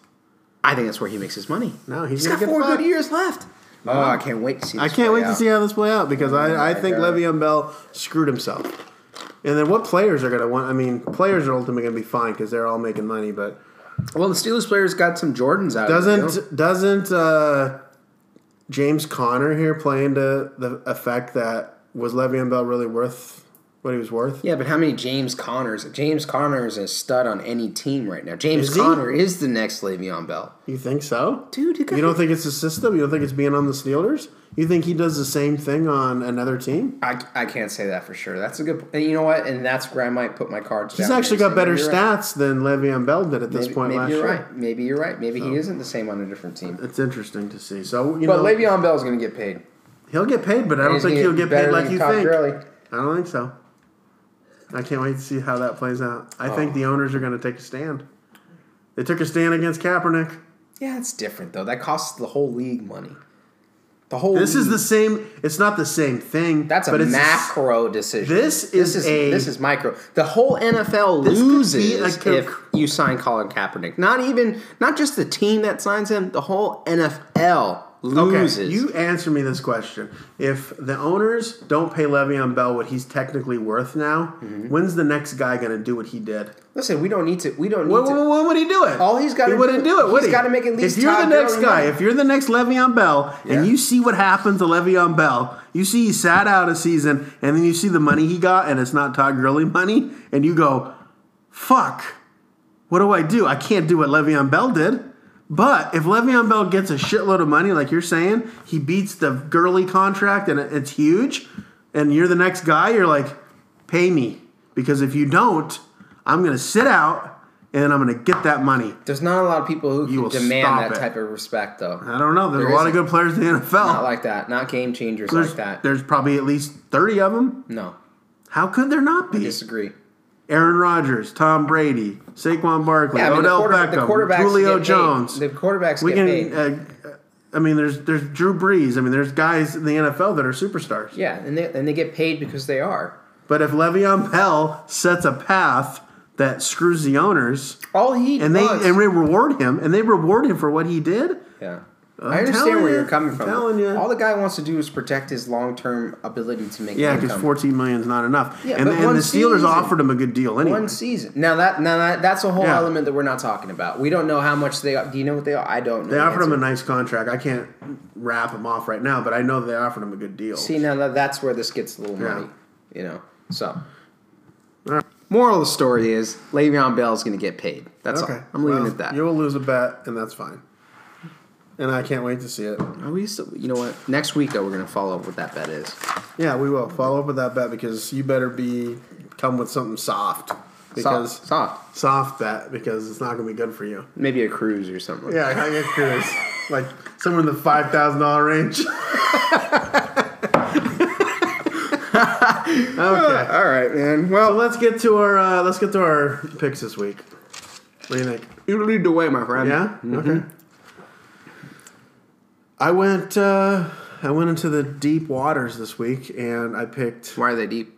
S3: I think that's where he makes his money.
S2: No, he's
S3: he's
S2: gonna
S3: got
S2: get
S3: four
S2: fucked.
S3: good years left. Oh, I can't wait to see.
S2: I
S3: This
S2: can't
S3: play
S2: wait to
S3: out.
S2: see how this play out because I, I think
S3: God.
S2: Le'Veon Bell screwed himself. And then what players are going to want? I mean, players are ultimately going to be fine because they're all making money. But
S3: Well, the Steelers players got some Jordans out. of it, you know?
S2: doesn't doesn't uh, James Conner here play into the effect that was Le'Veon Bell really worth what he was worth?
S3: Yeah, but how many James Connors? James Conner is a stud on any team right now. James
S2: Is he?
S3: Conner is the next Le'Veon Bell,
S2: You think so?
S3: dude.
S2: You don't think it's the system? You don't think it's being on the Steelers? You think he does the same thing on another team?
S3: I, I can't say that for sure. That's a good. And you know what? And that's where I might put my cards.
S2: He's
S3: down
S2: actually
S3: here.
S2: got better
S3: Maybe you're right.
S2: stats than Le'Veon Bell did at this
S3: Maybe,
S2: point
S3: maybe
S2: last
S3: you're
S2: year.
S3: right. Maybe you're right. Maybe he isn't the same on a different team.
S2: It's interesting to see. So you
S3: But
S2: know,
S3: Le'Veon Bell's going to get paid.
S2: He'll get paid, but I don't
S3: He's
S2: think
S3: gonna
S2: he'll get paid
S3: better
S2: like
S3: than
S2: you
S3: Todd
S2: think.
S3: Gurley.
S2: I don't think so. I can't wait to see how that plays out. I think
S3: Oh.
S2: the owners are going to take a stand. They took a stand against Kaepernick.
S3: Yeah, it's different though. That costs the whole league money. The whole
S2: This is
S3: league.
S2: the same. It's not the same thing.
S3: that's a
S2: but it's
S3: macro decision.
S2: this is a-
S3: this is micro. The whole NFL
S2: This could be
S3: loses
S2: a co-
S3: if you sign Colin Kaepernick. Not even not just the team that signs him. The whole NFL
S2: Okay,
S3: loses.
S2: you answer me this question: If the owners don't pay Le'Veon Bell what he's technically worth now,
S3: Mm-hmm.
S2: when's the next guy going to do what he did?
S3: Listen, we don't need to. We don't need
S2: When,
S3: to.
S2: when, when would he do it?
S3: All he's gotta
S2: he wouldn't
S3: do-
S2: do it. Would
S3: he's
S2: he?
S3: gotta make at least
S2: If you're
S3: Todd
S2: the next
S3: Gurley
S2: guy,
S3: money.
S2: if you're the next Le'Veon Bell, and
S3: Yeah.
S2: you see what happened to Le'Veon Bell, you see he sat out a season, and then you see the money he got, and it's not Todd Gurley money, and you go, "Fuck, what do I do? I can't do what Le'Veon Bell did." But if Le'Veon Bell gets a shitload of money, like you're saying, he beats the girly contract and it- it's huge, and you're the next guy, you're like, pay me. Because if you don't, I'm going to sit out and I'm going to get that money.
S3: There's not a lot of people who
S2: You will
S3: can demand
S2: stop
S3: that
S2: it. Uh,
S3: type of respect, though.
S2: I don't know. There's
S3: There
S2: a lot
S3: isn't.
S2: of good players in the NFL.
S3: Not like that. Not game changers
S2: there's,
S3: like that.
S2: there's probably at least 30 of them.
S3: No,
S2: How could there not be?
S3: disagree.
S2: Aaron Rodgers, Tom Brady, Saquon Barkley,
S3: Yeah, I mean, the
S2: Odell
S3: quarter- the
S2: Beckham,
S3: quarterbacks
S2: Julio
S3: get paid.
S2: Jones.
S3: The quarterbacks
S2: we
S3: get
S2: can.
S3: paid.
S2: Uh, I mean, there's there's Drew Brees. I mean, there's guys in the NFL that are superstars.
S3: Yeah, and they, and they get paid because they are.
S2: But if Le'Veon Bell sets a path that screws the owners,
S3: All he
S2: and they
S3: does.
S2: and they reward him, and they reward him for what he did,
S3: yeah.
S2: I'm
S3: I understand
S2: telling
S3: where
S2: you,
S3: you're coming
S2: I'm
S3: from.
S2: telling you.
S3: All the guy wants to do is protect his long term ability to make
S2: yeah,
S3: income.
S2: because fourteen million is not enough.
S3: Yeah,
S2: and
S3: but
S2: and
S3: one
S2: the Steelers
S3: season.
S2: offered him a good deal anyway.
S3: One season. Now that now that, that's a whole
S2: Yeah.
S3: element that we're not talking about. We don't know how much they. Do you know what they? I don't. know.
S2: they
S3: the
S2: offered him a
S3: answer.
S2: nice contract. I can't wrap him off right now, but I know they offered him a good deal.
S3: See now that, that's where this gets a little
S2: Yeah.
S3: money. You know. So.
S2: Alright.
S3: Moral of the story is Le'Veon Bell is going to get paid. That's all. I'm leaving
S2: well,
S3: it at that.
S2: You will lose a bet, and that's fine. And I can't wait to see it.
S3: Are we still, you know what? Next week though, we're going to follow up what that bet is.
S2: Yeah, we will follow up with that bet because you better be come with something soft because
S3: soft, soft,
S2: soft bet because it's not going to be good for you.
S3: maybe a cruise or something.
S2: Yeah, I get curious. like somewhere in the five thousand dollar range. okay.
S3: All right, man.
S2: So
S3: Well,
S2: Uh, let's get to our uh, let's get to our picks this week. What do you think?
S3: you lead the way, my friend.
S2: Yeah. Okay. I went. Uh, I went into the deep waters this week, and I picked.
S3: Why are they deep?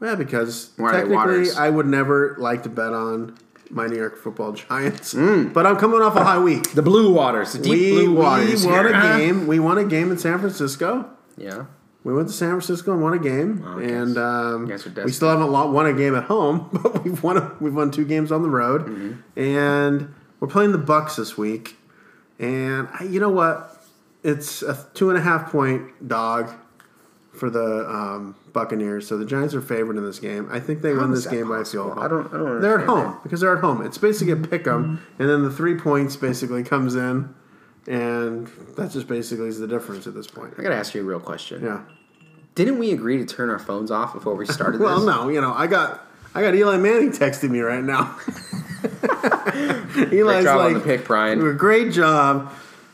S2: Yeah, because
S3: Why are they
S2: technically,
S3: waters?
S2: I would never like to bet on my New York Football Giants, but I'm coming off a high week.
S3: The blue waters, the Hmm. deep blue waters.
S2: we won
S3: here, huh?
S2: a game. We won a game in San Francisco.
S3: Yeah.
S2: We went to San Francisco and won a game,
S3: Wow, I guess.
S2: and um,
S3: Oh, You guys are
S2: we
S3: destined.
S2: still haven't lo- won a game at home, but we've won a, we've won two games on the road,
S3: Mm-hmm.
S2: and we're playing the Bucks this week. And I, you know what? It's a two and a half point dog for the um, Buccaneers, so the Giants are favored in this game. I think they win
S3: is
S2: this
S3: that
S2: game by a
S3: possible?
S2: field goal.
S3: I don't- I don't understand
S2: They're at
S3: Mm-hmm.
S2: home because they're at home. It's basically a pick 'em, and then the three points basically comes in, and that just basically is the difference at this point.
S3: I gotta ask you a real question.
S2: Yeah.
S3: Didn't we agree to turn our phones off before we started
S2: Well,
S3: this?
S2: no, you know, I got I got Eli Manning texting me right now. Eli's
S3: Great job on
S2: like,
S3: the pick, Brian.
S2: "Great job,"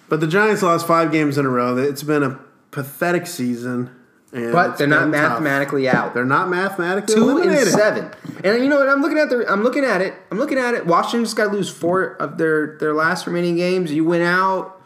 S2: but the Giants lost five games in a row. It's been a pathetic season, and
S3: But
S2: it's
S3: they're not
S2: been tough.
S3: mathematically out.
S2: They're not mathematically
S3: two and
S2: eliminated.
S3: seven. And you know what? I'm looking at the. I'm looking at it. I'm looking at it. Washington's got to lose four of their their last remaining games. You win out.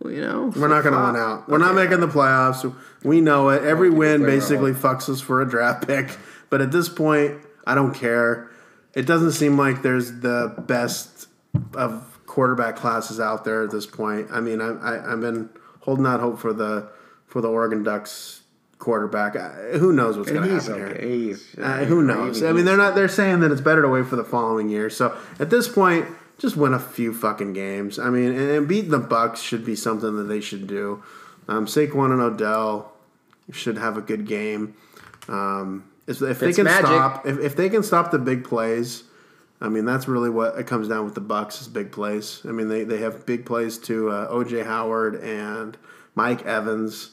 S3: well, You know
S2: We're not going to
S3: flip-flop.
S2: win out. We're not making the playoffs. We know it. Every win
S3: play
S2: basically fucks us for a draft pick. But at this point, I don't care. It doesn't seem like there's the best of quarterback classes out there at this point. I mean, I, I, I've been holding out hope for the for the Oregon Ducks quarterback. I, who knows what's going to
S3: He's
S2: happen here?
S3: okay. He's,
S2: Uh, who knows? I mean, they're not. They're saying that it's better to wait for the following year. So at this point, just win a few fucking games. I mean, and, and beating the Bucks should be something that they should do. Um, Saquon and Odell should have a good game. Um, if if they
S3: It's
S2: can
S3: magic.
S2: stop, if, if they can stop the big plays, I mean, that's really what it comes down with the Bucks is big plays. I mean, they they have big plays to uh, OJ Howard and Mike Evans.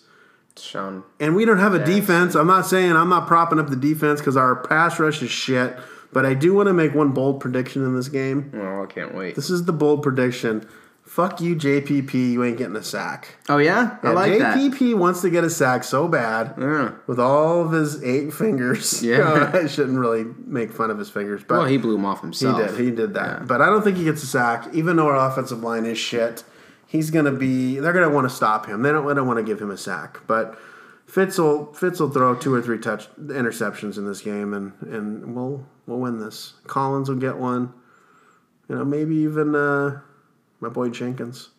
S3: Sean.
S2: And we don't have a
S3: Yeah.
S2: defense. I'm not saying I'm not propping up the defense because our pass rush is shit. But I do want to make one bold prediction in this game.
S3: Oh, I can't wait.
S2: This is the bold prediction. Fuck you, JPP. You ain't getting a sack.
S3: Oh yeah, I
S2: Yeah,
S3: like that.
S2: JPP wants to get a sack so bad
S3: Yeah.
S2: with all of his eight fingers.
S3: Yeah.
S2: I shouldn't really make fun of his fingers, but
S3: Well, Oh, he blew him off
S2: he
S3: himself.
S2: did. He did that. But I don't think he gets a sack, even though our offensive line is shit. He's gonna be. They're gonna want to stop him. They don't. They don't want to give him a sack. But Fitz will. Fitz will throw two or three touch interceptions in this game, and and we'll we'll win this. Collins will get one. You know, maybe even uh, my boy Jenkins.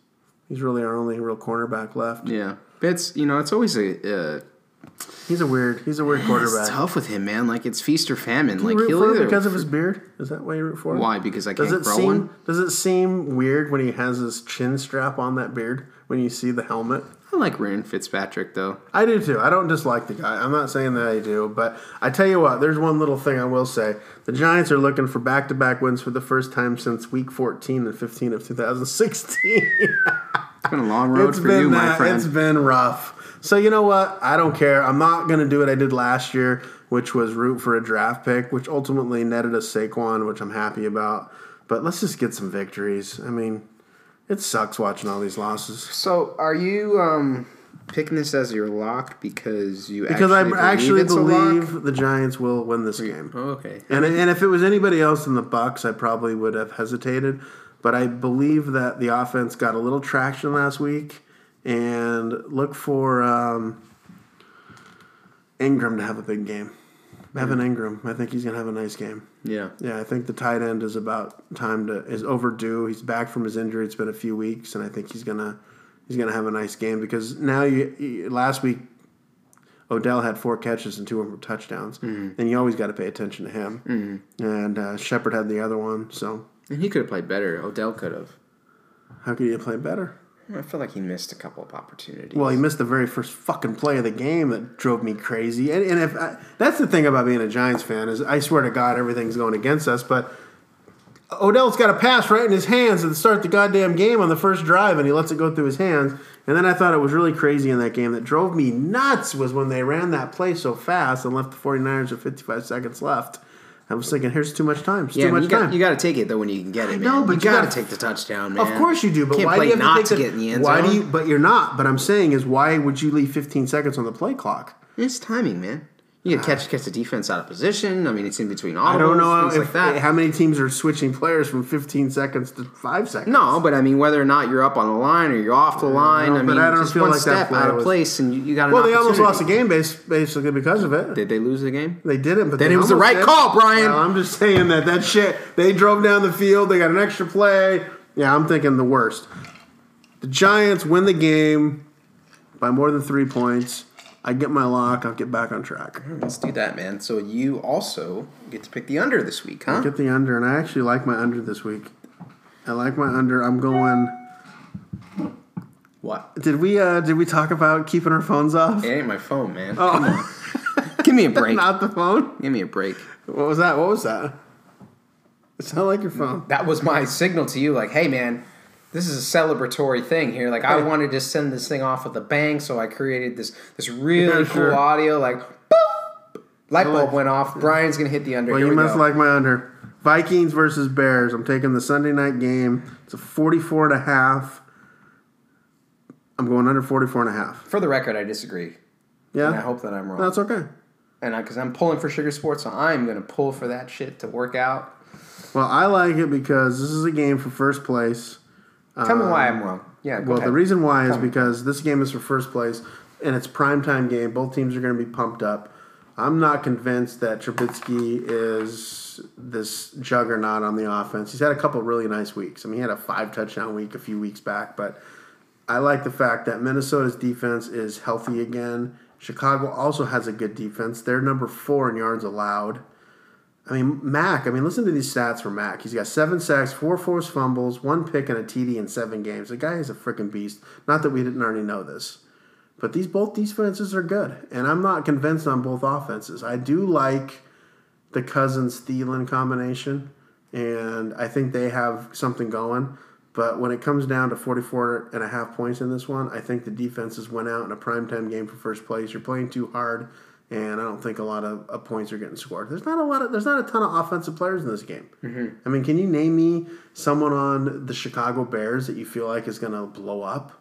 S2: He's really our only real cornerback left.
S3: Yeah, it's you know it's always a uh,
S2: He's a weird. He's a weird
S3: it's
S2: quarterback.
S3: tough with him, man. Like it's feast or famine.
S2: You
S3: Like
S2: root
S3: he'll
S2: for him
S3: either
S2: because of his beard. Is that why you root for him?
S3: why because I
S2: Does
S3: can't
S2: it
S3: grow
S2: seem
S3: one.
S2: does it seem weird when he has his chin strap on that beard when you see the helmet?
S3: I like Ryan Fitzpatrick though.
S2: I do too. I don't dislike the guy. I'm not saying that I do, but I tell you what, there's one little thing I will say. The Giants are looking for back to back wins for the first time since week 14 and 15 of 2016.
S3: It's been a long road
S2: it's
S3: for you,
S2: been
S3: my
S2: that-
S3: friend.
S2: It's been rough. So you know what? I don't care. I'm not gonna do what I did last year, which was root for a draft pick, which ultimately netted us Saquon, which I'm happy about. But let's just get some victories. I mean, it sucks watching all these losses.
S3: So, are you um, picking this as your lock because you
S2: Because
S3: actually
S2: I actually
S3: it's a lock?
S2: believe the Giants will win this game.
S3: Oh, okay.
S2: And and if it was anybody else in the Bucks, I probably would have hesitated. But I believe that the offense got a little traction last week, and look for um, Ingram to have a big game. Evan Ingram, I think he's gonna have a nice game.
S3: Yeah.
S2: Yeah, I think the tight end is about time to is overdue. He's back from his injury. It's been a few weeks, and I think he's gonna he's gonna have a nice game because now you, you last week Odell had four catches and two of them were touchdowns, and you always got to pay attention to him. And uh, Shepard had the other one, so
S3: And he could have played better. Odell could have.
S2: how could you play better?
S3: I feel like he missed a couple of opportunities.
S2: Well, he missed the very first fucking play of the game that drove me crazy. And, and if I, that's the thing about being a Giants fan is, I swear to God, everything's going against us. But Odell's got a pass right in his hands at the start of the goddamn game on the first drive, and he lets it go through his hands. And then I thought it was really crazy in that game that drove me nuts was when they ran that play so fast and left the 49ers with 55 seconds left. I was thinking, here's too much time. It's
S3: yeah,
S2: too much
S3: you
S2: time.
S3: got, you got to take it though when you can get it. Man.
S2: know, but
S3: you
S2: you
S3: got to
S2: gotta-
S3: take the touchdown, man.
S2: Of course you do, but
S3: Can't
S2: why
S3: play
S2: do you have
S3: not
S2: to,
S3: to
S2: think
S3: get in the end
S2: Why do
S3: zone?
S2: you? But you're not. But I'm saying is why would you leave 15 seconds on the play clock?
S3: It's timing, man. You gotta catch catch the defense out of position. I mean, it's in between audibles,
S2: I don't know
S3: things
S2: if,
S3: like that.
S2: how many teams are switching players from 15 seconds to five seconds.
S3: no, but I mean, whether or not you're up on the line or you're off the line, I
S2: but
S3: mean,
S2: I don't
S3: just
S2: feel
S3: one
S2: like that
S3: step
S2: play
S3: out of
S2: was-
S3: place, and you, you got an
S2: Well, they almost
S3: opportunity.
S2: lost a game base basically because of it.
S3: Did they lose the game?
S2: They didn't, but
S3: Then
S2: they
S3: it was the
S2: almost
S3: right
S2: did.
S3: call, Brian.
S2: Well, I'm just saying that that shit. They drove down the field. They got an extra play. Yeah, I'm thinking the worst. The Giants win the game by more than three points. I get my lock. I'll get back on track.
S3: Hmm, Let's do that, man. So you also get to pick the under this week, huh?
S2: Get the under, and I actually like my under this week. I like my under. I'm going.
S3: What?
S2: Did we uh did we talk about keeping our phones off?
S3: It ain't my phone, man. Come on.
S2: Oh,
S3: Give me a break.
S2: not the phone.
S3: Give me a break.
S2: What was that? What was that? It sounded like your phone.
S3: That was my signal to you, like, hey, man, this is a celebratory thing here. Like, I wanted to send this thing off with a bang, so I created this this really
S2: Yeah, sure.
S3: cool audio. Like, boop! light bulb
S2: like-
S3: went off. Brian's gonna hit the under.
S2: Well,
S3: Here
S2: you
S3: we
S2: must
S3: go.
S2: like my under. Vikings versus Bears. I'm taking the Sunday night game. It's a 44 and a half. I'm going under 44 and a half.
S3: For the record, I disagree,
S2: Yeah.
S3: and I hope that I'm wrong.
S2: That's okay.
S3: and I, because I'm pulling for Sugar Sports, so I'm gonna pull for that shit to work out.
S2: Well, I like it because this is a game for first place.
S3: Tell me why I'm wrong. Yeah. Go
S2: Um, Well,
S3: ahead.
S2: the reason why is because this game is for first place and it's prime time game. Both teams are going to be pumped up. I'm not convinced that Trubisky is this juggernaut on the offense. He's had a couple really nice weeks. I mean, he had a five touchdown week a few weeks back, but I like the fact that Minnesota's defense is healthy again. Chicago also has a good defense. They're number four in yards allowed. I mean, Mac, I mean, listen to these stats for Mac. He's got seven sacks, four forced fumbles, one pick, and a TD in seven games. The guy is a freaking beast. Not that we didn't already know this. But these both defenses are good. And I'm not convinced on both offenses. I do like the Cousins Thielen combination. And I think they have something going. But when it comes down to 44 and a half points in this one, I think the defenses went out in a primetime game for first place. You're playing too hard, and I don't think a lot of, of points are getting scored. There's not a lot of there's not a ton of offensive players in this game.
S3: Mm-hmm.
S2: I mean, can you name me someone on the Chicago Bears that you feel like is going to blow up?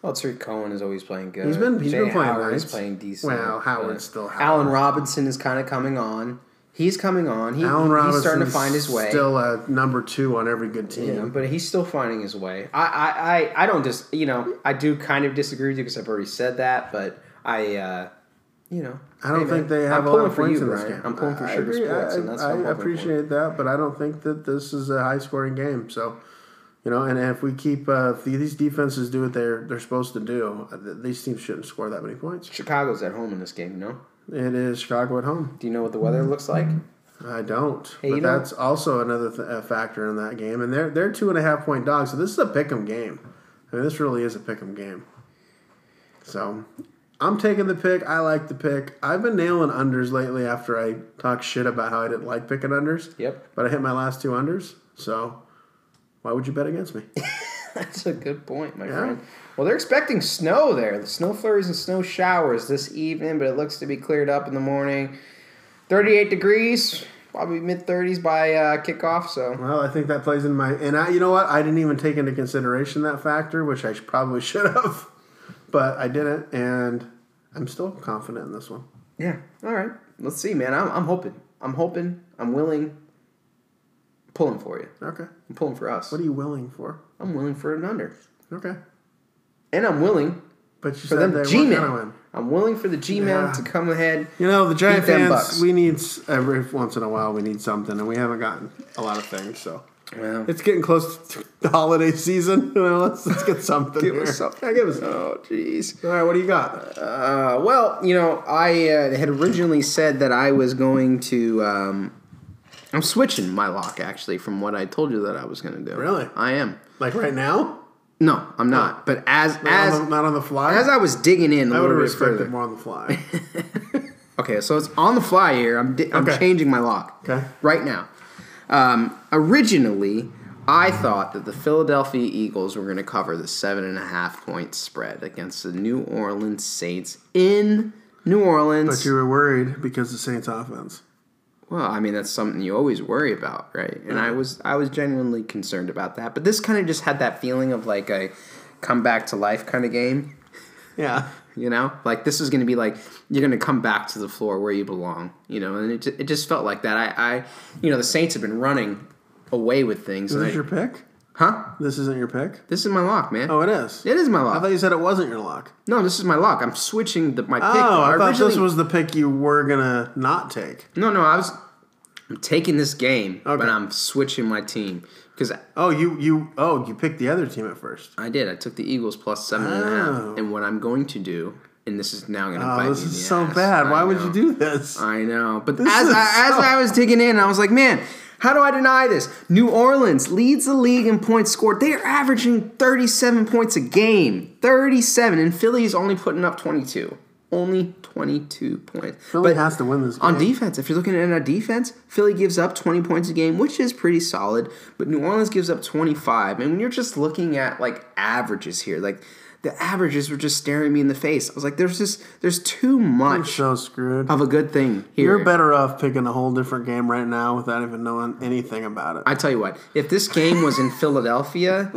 S3: Well, Tariq Cohen is always playing good.
S2: He's been- he's
S3: Uh, Jay
S2: been playing
S3: Howard is
S2: nice.
S3: playing decent.
S2: Well, Howard's
S3: Uh,
S2: still
S3: Allen Robinson is kind of coming on. He's coming on. He,
S2: Allen Robinson
S3: he's starting to find his way.
S2: Still a number two on every good team.
S3: Yeah, but he's still finding his way. I, I, I, I don't just you know I do kind of disagree with you because I've already said that, but I, uh, you know,
S2: I don't
S3: hey,
S2: think
S3: man,
S2: they have
S3: I'm
S2: a
S3: pulling
S2: lot of
S3: for
S2: points
S3: you,
S2: in this
S3: Brian.
S2: game.
S3: I'm pulling for
S2: I
S3: Sugar
S2: agree.
S3: Sports,
S2: I,
S3: and that's
S2: I,
S3: what I'm
S2: I
S3: hoping for.
S2: appreciate that, but I don't think that this is a high scoring game. So, you know, and if we keep uh, if these defenses do what they're they're supposed to do, uh, th- these teams shouldn't score that many points.
S3: Chicago's at home in this game. You know?
S2: It is Chicago at home.
S3: Do you know what the weather looks like?
S2: I don't,
S3: Hey, you
S2: but
S3: know-
S2: that's also another th- uh, factor in that game. And they're they're two and a half point dogs, so this is a pick'em game. I mean, this really is a pick'em game. So I'm taking the pick. I like the pick. I've been nailing unders lately after I talk shit about how I didn't like picking unders.
S3: Yep.
S2: But I hit my last two unders, so why would you bet against me?
S3: That's a good point, my friend. Well, they're expecting snow there. The snow flurries and snow showers this evening, but it looks to be cleared up in the morning. 38 degrees, probably mid 30s by uh, kickoff, so
S2: Well, I think that plays in my and I, you know what? I didn't even take into consideration that factor, which I sh- probably should have, but I didn't, and I'm still confident in this one.
S3: yeah. All right. Let's see, man. I'm, I'm hoping. I'm hoping. I'm willing. Pulling for you.
S2: Okay.
S3: I'm pulling for us.
S2: What are you willing for?
S3: I'm willing for an under.
S2: Okay.
S3: And I'm willing
S2: But you
S3: for
S2: said
S3: them
S2: they
S3: G
S2: were
S3: men.
S2: gonna win.
S3: I'm willing for the G men
S2: Yeah.
S3: to come ahead.
S2: You know, the Giant
S3: them
S2: fans,
S3: Bucks.
S2: we need s- every once in a while we need something, and we haven't gotten a lot of things. So
S3: Well,
S2: it's getting close to the holiday season. You know, let's, let's get something.
S3: Give
S2: here.
S3: us something.
S2: Yeah, give us.
S3: oh, jeez.
S2: All right, what do you got?
S3: Uh, well, you know, I uh, had originally said that I was going to. Um, I'm switching my lock actually from what I told you that I was going to do.
S2: Really? Oh.
S3: I am.
S2: Like right now?
S3: No, I'm not. But as
S2: Not
S3: as
S2: on the, not on the fly.
S3: as I was digging in a
S2: I would
S3: little
S2: have
S3: bit
S2: respected
S3: further.
S2: more on the fly.
S3: Okay, so it's on the fly here. I'm di- I'm
S2: Okay.
S3: changing my lock.
S2: Okay.
S3: Right now. Um, originally, I thought that the Philadelphia Eagles were going to cover the seven and a half point spread against the New Orleans Saints in New Orleans.
S2: But you were worried because the Saints offense.
S3: Well, I mean that's something you always worry about, right? And I was I was genuinely concerned about that. But this kind of just had that feeling of like a come back to life kind of game,
S2: Yeah.
S3: you know? Like this is going to be like you're going to come back to the floor where you belong, you know? And it, ju- it just felt like that. I, I you know, the Saints have been running away with things.
S2: Is
S3: and
S2: this
S3: I-
S2: your pick?
S3: huh?
S2: This isn't your pick?
S3: This is my lock, man.
S2: Oh, it is.
S3: It is my
S2: I
S3: lock.
S2: thought you said it wasn't your lock.
S3: no, this is my lock. I'm switching the, my pick.
S2: Oh, I thought this
S3: originally-
S2: was the pick you were going to not take.
S3: No, no, I was I'm taking this game,
S2: Okay.
S3: but I'm switching my team because
S2: Oh, you you oh, you picked the other team at first.
S3: I did. I took the Eagles plus seven and a half.
S2: Oh.
S3: And what I'm going to do, and this is now going to bite
S2: Oh,
S3: me
S2: this
S3: in the
S2: is so
S3: ass.
S2: bad.
S3: I
S2: Why would
S3: know.
S2: you do this?
S3: I know. But
S2: This
S3: as
S2: is
S3: I, as
S2: so-
S3: I was digging in, I was like, man, how do I deny this? New Orleans leads the league in points scored. They are averaging 37 points a game. 37. And Philly's only putting up 22. Only 22 points.
S2: Philly
S3: But-
S2: has to win this game.
S3: on defense, if you're looking at a defense, Philly gives up 20 points a game, which is pretty solid, but New Orleans gives up 25. And when you're just looking at like averages here, like the averages were just staring me in the face. I was like, there's just there's too
S2: You're
S3: much
S2: so screwed.
S3: of a good thing here.
S2: You're better off picking a whole different game right now without even knowing anything about it.
S3: I tell you what, if this game was in Philadelphia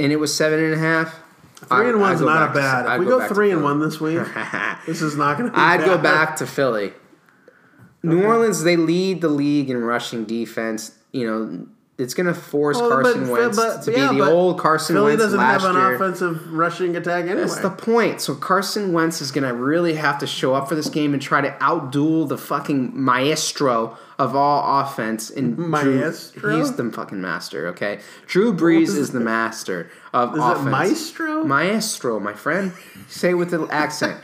S3: and it was seven and a half,
S2: three and one's not a bad.
S3: I'd
S2: if we go,
S3: back to
S2: three and
S3: Philly.
S2: one this week, this is not going to.
S3: I'd go back to Philly. New Orleans, they lead the league in rushing defense. You know, it's going to force
S2: Well, but-
S3: Carson
S2: but-
S3: Wentz
S2: but-
S3: to
S2: yeah,
S3: be the
S2: but
S3: old Carson
S2: Philly
S3: Wentz
S2: doesn't
S3: last
S2: have an
S3: year.
S2: offensive rushing attack anyway.
S3: That's the point. So Carson Wentz is going to really have to show up for this game and try to outduel the fucking maestro of all offense. And
S2: Maestro?
S3: he's the fucking master. Okay, Drew Brees is the master of
S2: Is
S3: offense.
S2: it Maestro?
S3: Maestro, my friend. Say it with an accent.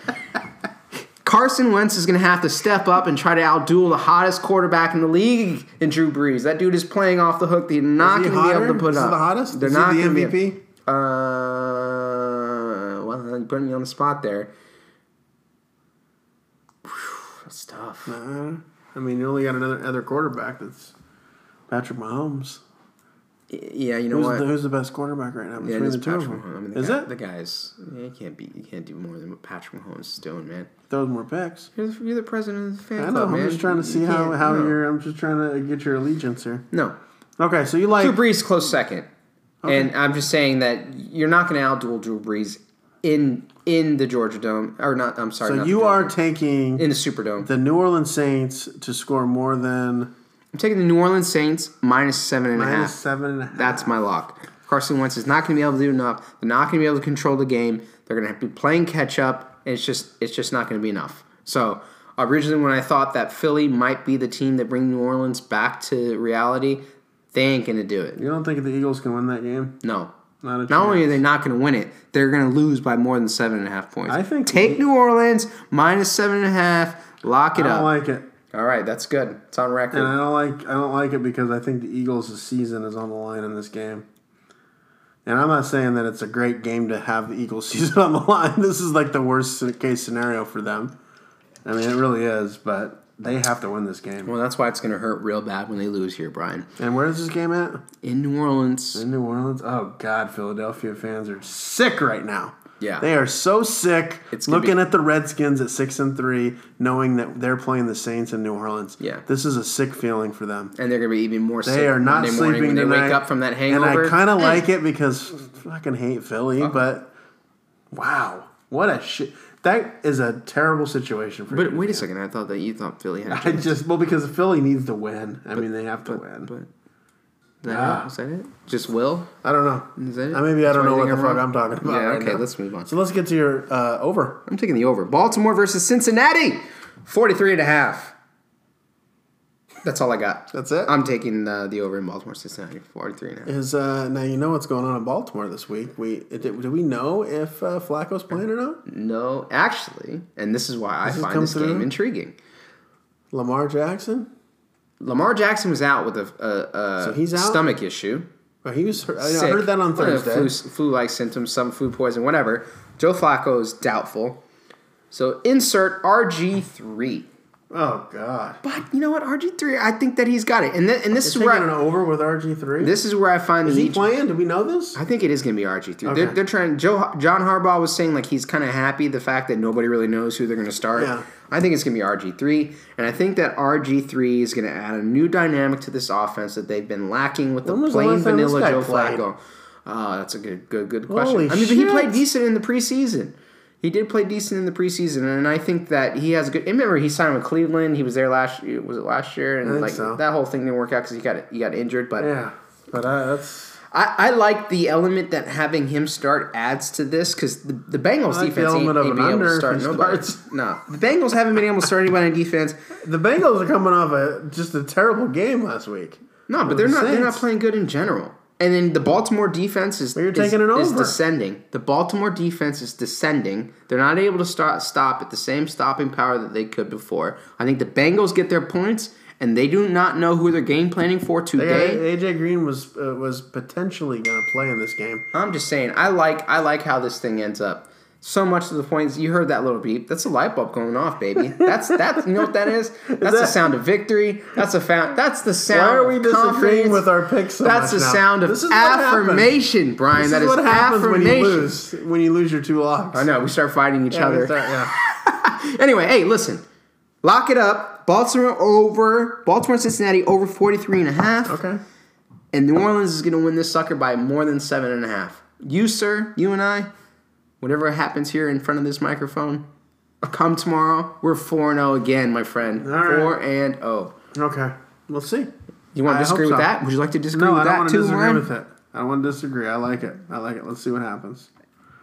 S3: Carson Wentz is going to have to step up and try to outduel the hottest quarterback in the league in Drew Brees. That dude is playing off the hook. They're not
S2: he
S3: going to be able
S2: hotter?
S3: to put
S2: Is he
S3: up.
S2: the hottest?
S3: They're
S2: Is he
S3: not
S2: the
S3: gonna be-
S2: MVP?
S3: Uh, well, you put me on the spot there. Whew, That's tough.
S2: Uh, I mean, you only got another other quarterback that's Patrick Mahomes.
S3: Yeah, you know
S2: Who's
S3: what?
S2: the, who's the best quarterback right now
S3: Yeah,
S2: between
S3: it is
S2: the two of
S3: Patrick
S2: them?
S3: Mahomes. I mean, the
S2: is
S3: guy,
S2: it?
S3: the guys? You can't be. You can't do more than what Patrick Mahomes is doing, man.
S2: Throws more picks.
S3: You're the, you're the president of the fan
S2: I know.
S3: club,
S2: I'm
S3: man.
S2: just trying to
S3: You
S2: see how
S3: can't-
S2: how
S3: no.
S2: you're. I'm just trying to get your allegiance here.
S3: No,
S2: Okay, so you
S3: Drew
S2: like
S3: Brees close second, and I'm just saying that you're not going to outduel Drew Brees in in the Georgia Dome or not. I'm sorry.
S2: so
S3: not the
S2: you
S3: Georgia
S2: are
S3: Dome,
S2: taking
S3: in the Superdome.
S2: the New Orleans Saints to score more than
S3: I'm taking the New Orleans Saints minus seven and a half.
S2: minus seven and a half.
S3: That's my lock. Carson Wentz is not going to be able to do enough. They're not going to be able to control the game. They're going to be playing catch up, and it's just it's just not going to be enough. So originally, when I thought that Philly might be the team that bring New Orleans back to reality, they ain't going to do it.
S2: You don't think the Eagles can win that game?
S3: No.
S2: Not a chance.
S3: Not only are they not going to win it, they're going to lose by more than seven and a half points.
S2: I think-
S3: take New Orleans minus seven and a half. Lock it
S2: I
S3: up.
S2: don't like it.
S3: All right, that's good. It's on record.
S2: And I don't like I don't like it because I think the Eagles' season is on the line in this game. And I'm not saying that it's a great game to have the Eagles season on the line. This is like the worst case scenario for them. I mean, it really is, but they have to win this game.
S3: Well, that's why it's going to hurt real bad when they lose here, Brian.
S2: And where is this game at?
S3: In New Orleans.
S2: In New Orleans? Oh, God, Philadelphia fans are sick right now.
S3: Yeah.
S2: They are so sick
S3: It's gonna
S2: looking
S3: be-
S2: at the Redskins at 6 and 3, knowing that they're playing the Saints in New Orleans.
S3: Yeah.
S2: This is a sick feeling for them.
S3: And they're going to be even more sick
S2: They are not
S3: Monday morning
S2: sleeping
S3: when they
S2: tonight.
S3: wake up from that hangover. Oh.
S2: And I kind of like it because fucking hate Philly, but wow, what a shit! That is a terrible situation for.
S3: But
S2: you.
S3: wait a second, I thought that you thought Philly had.
S2: I just well because Philly needs to win. I mean, they have to win.
S3: But is that,
S2: Ah.
S3: it? Is that it? Just Will?
S2: I don't know.
S3: Is that it?
S2: Uh, maybe I
S3: That's
S2: don't know what the
S3: everything
S2: fuck
S3: I
S2: I'm
S3: want?
S2: talking about.
S3: Yeah,
S2: right
S3: okay,
S2: now.
S3: let's move on.
S2: So let's get to your uh, over.
S3: I'm taking the over. Baltimore versus Cincinnati. 43 and a half. That's all I got.
S2: That's it?
S3: I'm taking uh, the over in Baltimore, Cincinnati. 43 and a half.
S2: Is uh, now you know what's going on in Baltimore this week. We did, do we know if uh, Flacco's playing or not?
S3: No, actually, and this is why I
S2: has
S3: find
S2: come
S3: this
S2: through?
S3: game intriguing.
S2: Lamar Jackson.
S3: Lamar Jackson was out with a, a, a
S2: So he's out?
S3: stomach issue.
S2: Oh, he was. I
S3: Sick.
S2: heard that on
S3: One of the
S2: Thursday.
S3: Flu, flu-like symptoms, some food poison, whatever. Joe Flacco is doubtful. So insert RG3.
S2: Oh God.
S3: But you know what? RG3, I think that he's got it. And, th- and this, is
S2: Taking
S3: where
S2: an
S3: I,
S2: over with RG three.
S3: this is where I find
S2: Is
S3: the
S2: he playing? Do we know this?
S3: I think it is going to be RG3. They're,
S2: Okay.
S3: they're trying. Joe, John Harbaugh was saying like he's kind of happy the fact that nobody really knows who they're going to start.
S2: Yeah.
S3: I think it's going to be RG3, and I think that RG3 is going to add a new dynamic to this offense that they've been lacking with the
S2: When was the
S3: plain
S2: last time this
S3: vanilla
S2: guy
S3: Joe
S2: played?
S3: Flacco. Uh, that's a good, good, good question.
S2: Holy
S3: I mean, but he
S2: shit.
S3: played decent in the preseason. He did play decent in the preseason, and I think that he has a good. And remember, he signed with Cleveland. He was there last. year. Was it last year? And
S2: think
S3: like
S2: so.
S3: that whole thing didn't work out because he got he got injured. But uh,
S2: Yeah, but I, that's
S3: I, I like the element that having him start adds to this because the, the Bengals
S2: like the
S3: defense ain't,
S2: element of
S3: ain't
S2: an
S3: been able
S2: under
S3: to
S2: if
S3: start
S2: he
S3: nobody.
S2: starts.
S3: No, the Bengals haven't been able to start anybody on defense.
S2: the Bengals are coming off a just a terrible game last week.
S3: No, but
S2: Well,
S3: they're
S2: the
S3: not they're not
S2: Saints.
S3: playing good in general. And then the Baltimore defense is
S2: you're
S3: is-
S2: taking it
S3: is
S2: over.
S3: descending. The Baltimore defense is descending. They're not able to start stop at the same stopping power that they could before. I think the Bengals get their points, and they do not know who they're game planning for
S2: They
S3: today.
S2: got- AJ Green was uh, was potentially going to play in this game.
S3: I'm just saying, I like I like how this thing ends up. So much to the point, you heard that little beep. That's a light bulb going off, baby. That's that's you know what that is. That's the
S2: that-
S3: sound of victory. That's a found. That's the sound.
S2: Why are we
S3: of confidence.
S2: disagreeing with our picks? So
S3: That's
S2: much
S3: the
S2: now?
S3: sound of
S2: This is what happens.
S3: affirmation, Brian.
S2: This
S3: That
S2: is
S3: is
S2: what happens when
S3: affirmation.
S2: you lose when you lose your two locks.
S3: I know we start fighting each
S2: Yeah,
S3: other.
S2: that's right, yeah.
S3: Anyway, hey, listen. Lock it up. Baltimore over. Baltimore Cincinnati over 43 and a half.
S2: Okay.
S3: And New Orleans is going to win this sucker by more than seven and a half. You, sir, you and I, whatever happens here in front of this microphone, come tomorrow. We're 4 and 0 again, my friend.
S2: All right.
S3: 4 and 0.
S2: Okay. We'll see.
S3: You want
S2: I
S3: to disagree
S2: hope
S3: with
S2: so.
S3: that? Would you like to disagree
S2: No,
S3: with
S2: I don't
S3: that
S2: want to
S3: too,
S2: disagree
S3: Warren?
S2: with it. I don't want to disagree. I like it. I like it. Let's see what happens.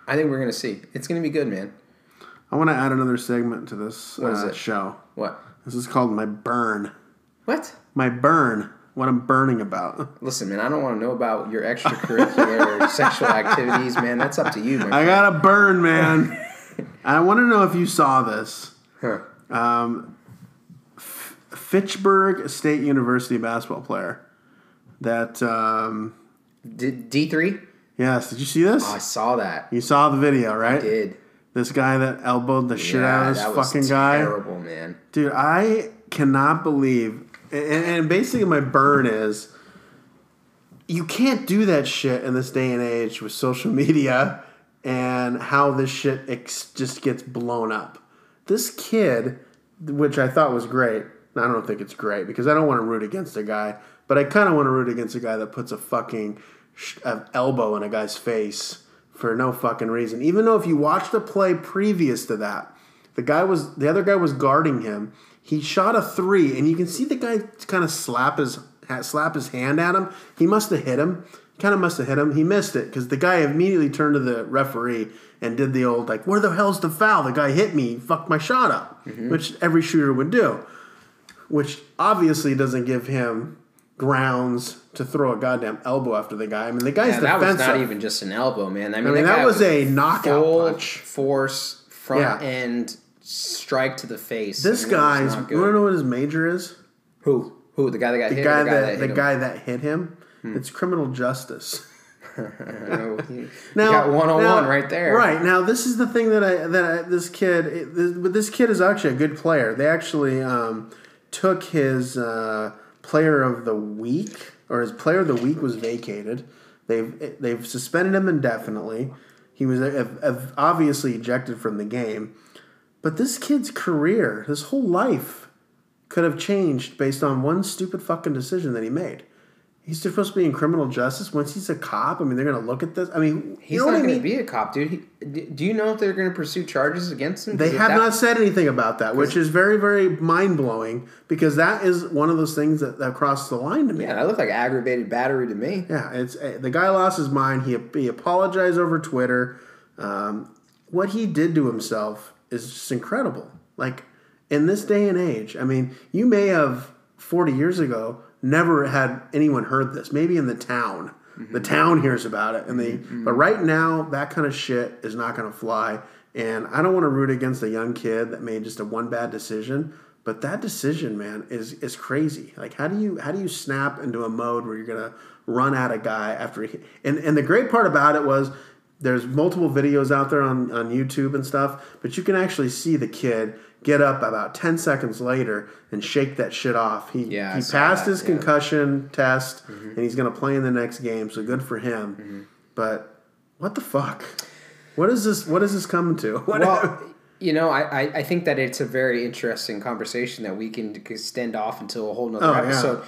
S3: I think we're going to see. It's going to be good, man.
S2: I want to add another segment to this
S3: What is
S2: uh,
S3: it?
S2: show.
S3: What?
S2: This is called my burn.
S3: What?
S2: My burn. What I'm burning about.
S3: Listen, man, I don't want to know about your extracurricular sexual activities, man. That's up to you, man.
S2: I got a burn, man. I want to know if you saw this.
S3: Huh.
S2: Um, F- Fitchburg State University basketball player. That um,
S3: D- D3?
S2: yes, did you see this?
S3: Oh, I saw that.
S2: You saw the video, right?
S3: Did.
S2: This guy that elbowed the shit out of this
S3: that
S2: fucking
S3: was
S2: guy.
S3: terrible, man.
S2: Dude, I cannot believe. And, and basically, my burn is you can't do that shit in this day and age with social media and how this shit ex- just gets blown up. This kid, which I thought was great, and I don't think it's great because I don't want to root against a guy, but I kind of want to root against a guy that puts a fucking sh- an elbow in a guy's face for no fucking reason. Even though if you watch the play previous to that, the guy was the other guy was guarding him. He shot a three, and you can see the guy kind of slap his ha- slap his hand at him. He must have hit him. Kind of must have hit him. He missed it because the guy immediately turned to the referee and did the old like, "Where the hell's the foul? The guy hit me. Fucked my shot up,"
S3: Mm-hmm.
S2: which every shooter would do. Which obviously doesn't give him grounds to throw a goddamn elbow after the guy. I mean, the guy's
S3: Yeah, that
S2: defensive.
S3: was not even just an elbow, man. I mean,
S2: I mean,
S3: guy
S2: that was a knockout
S3: full
S2: punch.
S3: force front
S2: Yeah.
S3: end strike to the face.
S2: This
S3: I mean, it was not
S2: guy's. You want to
S3: good.
S2: know what his major is?
S3: who who the guy that got
S2: the
S3: hit. Hmm. or
S2: guy
S3: the guy
S2: that,
S3: that,
S2: the
S3: hit him?
S2: guy that hit him. It's criminal justice.
S3: you
S2: Now,
S3: got one on one
S2: now-
S3: right there.
S2: Right now, this is the thing that I that I, this kid, it, this, but this kid is actually a good player. They actually um, took his uh, player of the week, or his player of the week was vacated. They've they've suspended him indefinitely. He was uh, uh, obviously ejected from the game, but this kid's career, his whole life, could have changed based on one stupid fucking decision that he made. He's supposed to be in criminal justice. Once he's a cop, I mean, they're gonna look at this. I mean,
S3: He's
S2: you know
S3: not
S2: what I
S3: going to be
S2: mean?
S3: a cop, dude. He, d- do you know if they're going to pursue charges against him?
S2: They
S3: Because
S2: have
S3: that-
S2: not said anything about that, which is very, very mind blowing because that is one of those things that, that crosses the line to me.
S3: Yeah, that looked like aggravated battery to me.
S2: Yeah, it's uh, the guy lost his mind. He he apologized over Twitter. Um, what he did to himself is just incredible. Like in this day and age, I mean, you may have forty years ago never had anyone heard this. Maybe in the town, Mm-hmm. the town hears about it, and they.
S3: Mm-hmm.
S2: But right now, that kind of shit is not going to fly. And I don't want to root against a young kid that made just a one bad decision. But that decision, man, is is crazy. Like, how do you how do you snap into a mode where you're gonna run at a guy after he? And and the great part about it was there's multiple videos out there on on YouTube and stuff, but you can actually see the kid get up about ten seconds later and shake that shit off. He
S3: Yeah, I
S2: he
S3: saw
S2: passed
S3: that,
S2: his
S3: yeah.
S2: concussion test,
S3: Mm-hmm.
S2: and he's gonna play in the next game. So good for him. But what the fuck? What is this? What is this coming to? What
S3: Well, you know, I, I, I think that it's a very interesting conversation that we can extend off until a whole nother
S2: Oh, yeah.
S3: episode.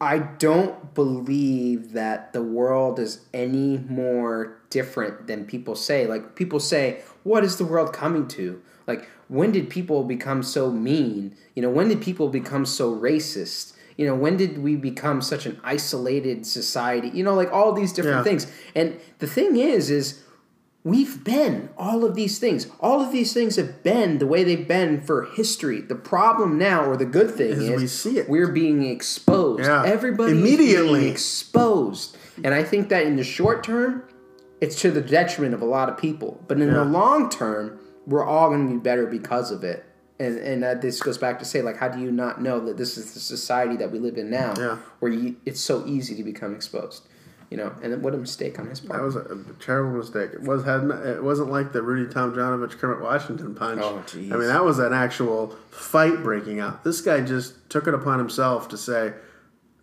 S3: I don't believe that the world is any more different than people say. Like people say, what is the world coming to? Like when did people become so mean? You know, when did people become so racist? You know, when did we become such an isolated society? You know, like all these different
S2: Yeah.
S3: things. And the thing is is We've been all of these things. All of these things have been the way they've been for history. The problem now, or the good thing, is,
S2: we see it.
S3: we're being exposed.
S2: Yeah.
S3: Everybody
S2: Immediately.
S3: immediately exposed, and I think that in the short term, it's to the detriment of a lot of people. But in the long term, we're all going to be better because of it. And and that this goes back to say like, how do you not know that this is the society that we live in now,
S2: Yeah.
S3: where you, it's so easy to become exposed, you know? And what a mistake on his part.
S2: That was a terrible mistake. It was had it wasn't like the Rudy Tomjanovich Kermit Washington punch.
S3: Oh, jeez.
S2: I mean, that was an actual fight breaking out. This guy just took it upon himself to say,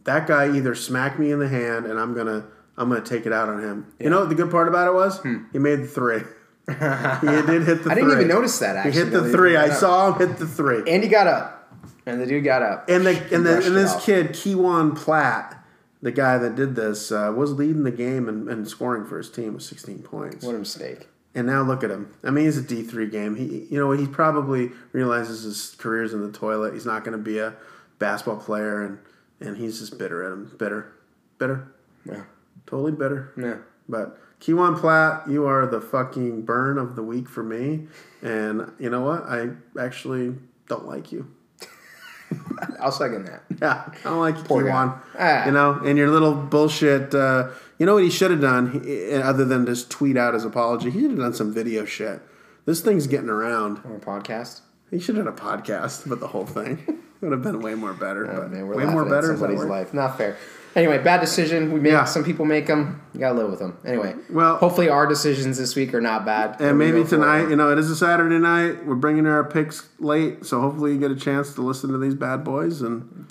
S2: "That guy either smacked me in the hand, and I'm gonna I'm gonna take it out on him." You know what the good part about it was? He made the three. he did hit the.
S3: Hmm. I didn't
S2: three.
S3: even notice that.
S2: He
S3: Actually,
S2: hit
S3: now that
S2: the
S3: you
S2: three.
S3: bring
S2: I
S3: that up.
S2: saw him hit the three.
S3: And he got up, and the dude got up.
S2: And the and, the,
S3: brushed
S2: and
S3: it
S2: this
S3: off.
S2: kid Kewan Platt, the guy that did this, uh, was leading the game and, and scoring for his team with 16 points.
S3: What a mistake!
S2: And now look at him. I mean, he's a D three game. He, you know, he probably realizes his career's in the toilet. He's not going to be a basketball player, and and he's just bitter at him. Bitter, bitter,
S3: No,
S2: totally bitter.
S3: no.
S2: But Kewan Platt, you are the fucking burn of the week for me. And you know what? I actually don't like you.
S3: I'll second that.
S2: Yeah, I don't like you,
S3: Poor guy.
S2: Kewan.
S3: Ah.
S2: You know, and your little bullshit. Uh, you know what he should have done, he, eh, other than just tweet out his apology. He should have done some video shit. This thing's getting around.
S3: On a podcast.
S2: He should have done a podcast about the whole thing. It would have been way more better.
S3: Oh,
S2: but
S3: man, we're
S2: way more better. is that
S3: Somebody's
S2: word?
S3: life. Not fair. Anyway, bad decision. We make
S2: Yeah.
S3: some people make them. You gotta live with them. Anyway,
S2: Well-
S3: hopefully our decisions this week are not bad.
S2: And
S3: We
S2: maybe
S3: go forward.
S2: tonight, you know, it is a Saturday night. We're bringing our picks late, so hopefully you get a chance to listen to these bad boys and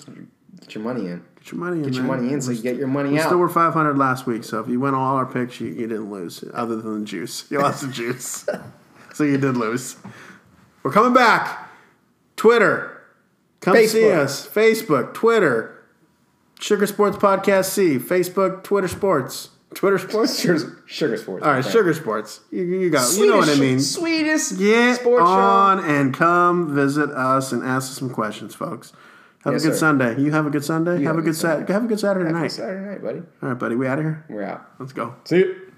S3: get your money in.
S2: get your money in.
S3: Get your
S2: man.
S3: money in so you get your money
S2: We
S3: out.
S2: still were 500 last week, so if you went all our picks, you, you didn't lose, other than the juice. You lost the juice. So you did lose. We're coming back. Twitter. Come see
S3: Facebook.
S2: us. Facebook, Twitter, Sugar Sports Podcast C, Facebook, Twitter Sports. Twitter Sports?
S3: sugar, sugar sports.
S2: All right, Sugar Sports. You, you got. you know what I mean.
S3: Sweetest
S2: Get
S3: sports show.
S2: on and come visit us and ask us some questions, folks. Have
S3: Yes,
S2: a good
S3: sir.
S2: Sunday. You have a good Sunday. have, a good Sat. Have a good Saturday night.
S3: Saturday night, buddy.
S2: All right, buddy. We out of here.
S3: We're out.
S2: Let's go.
S3: See you.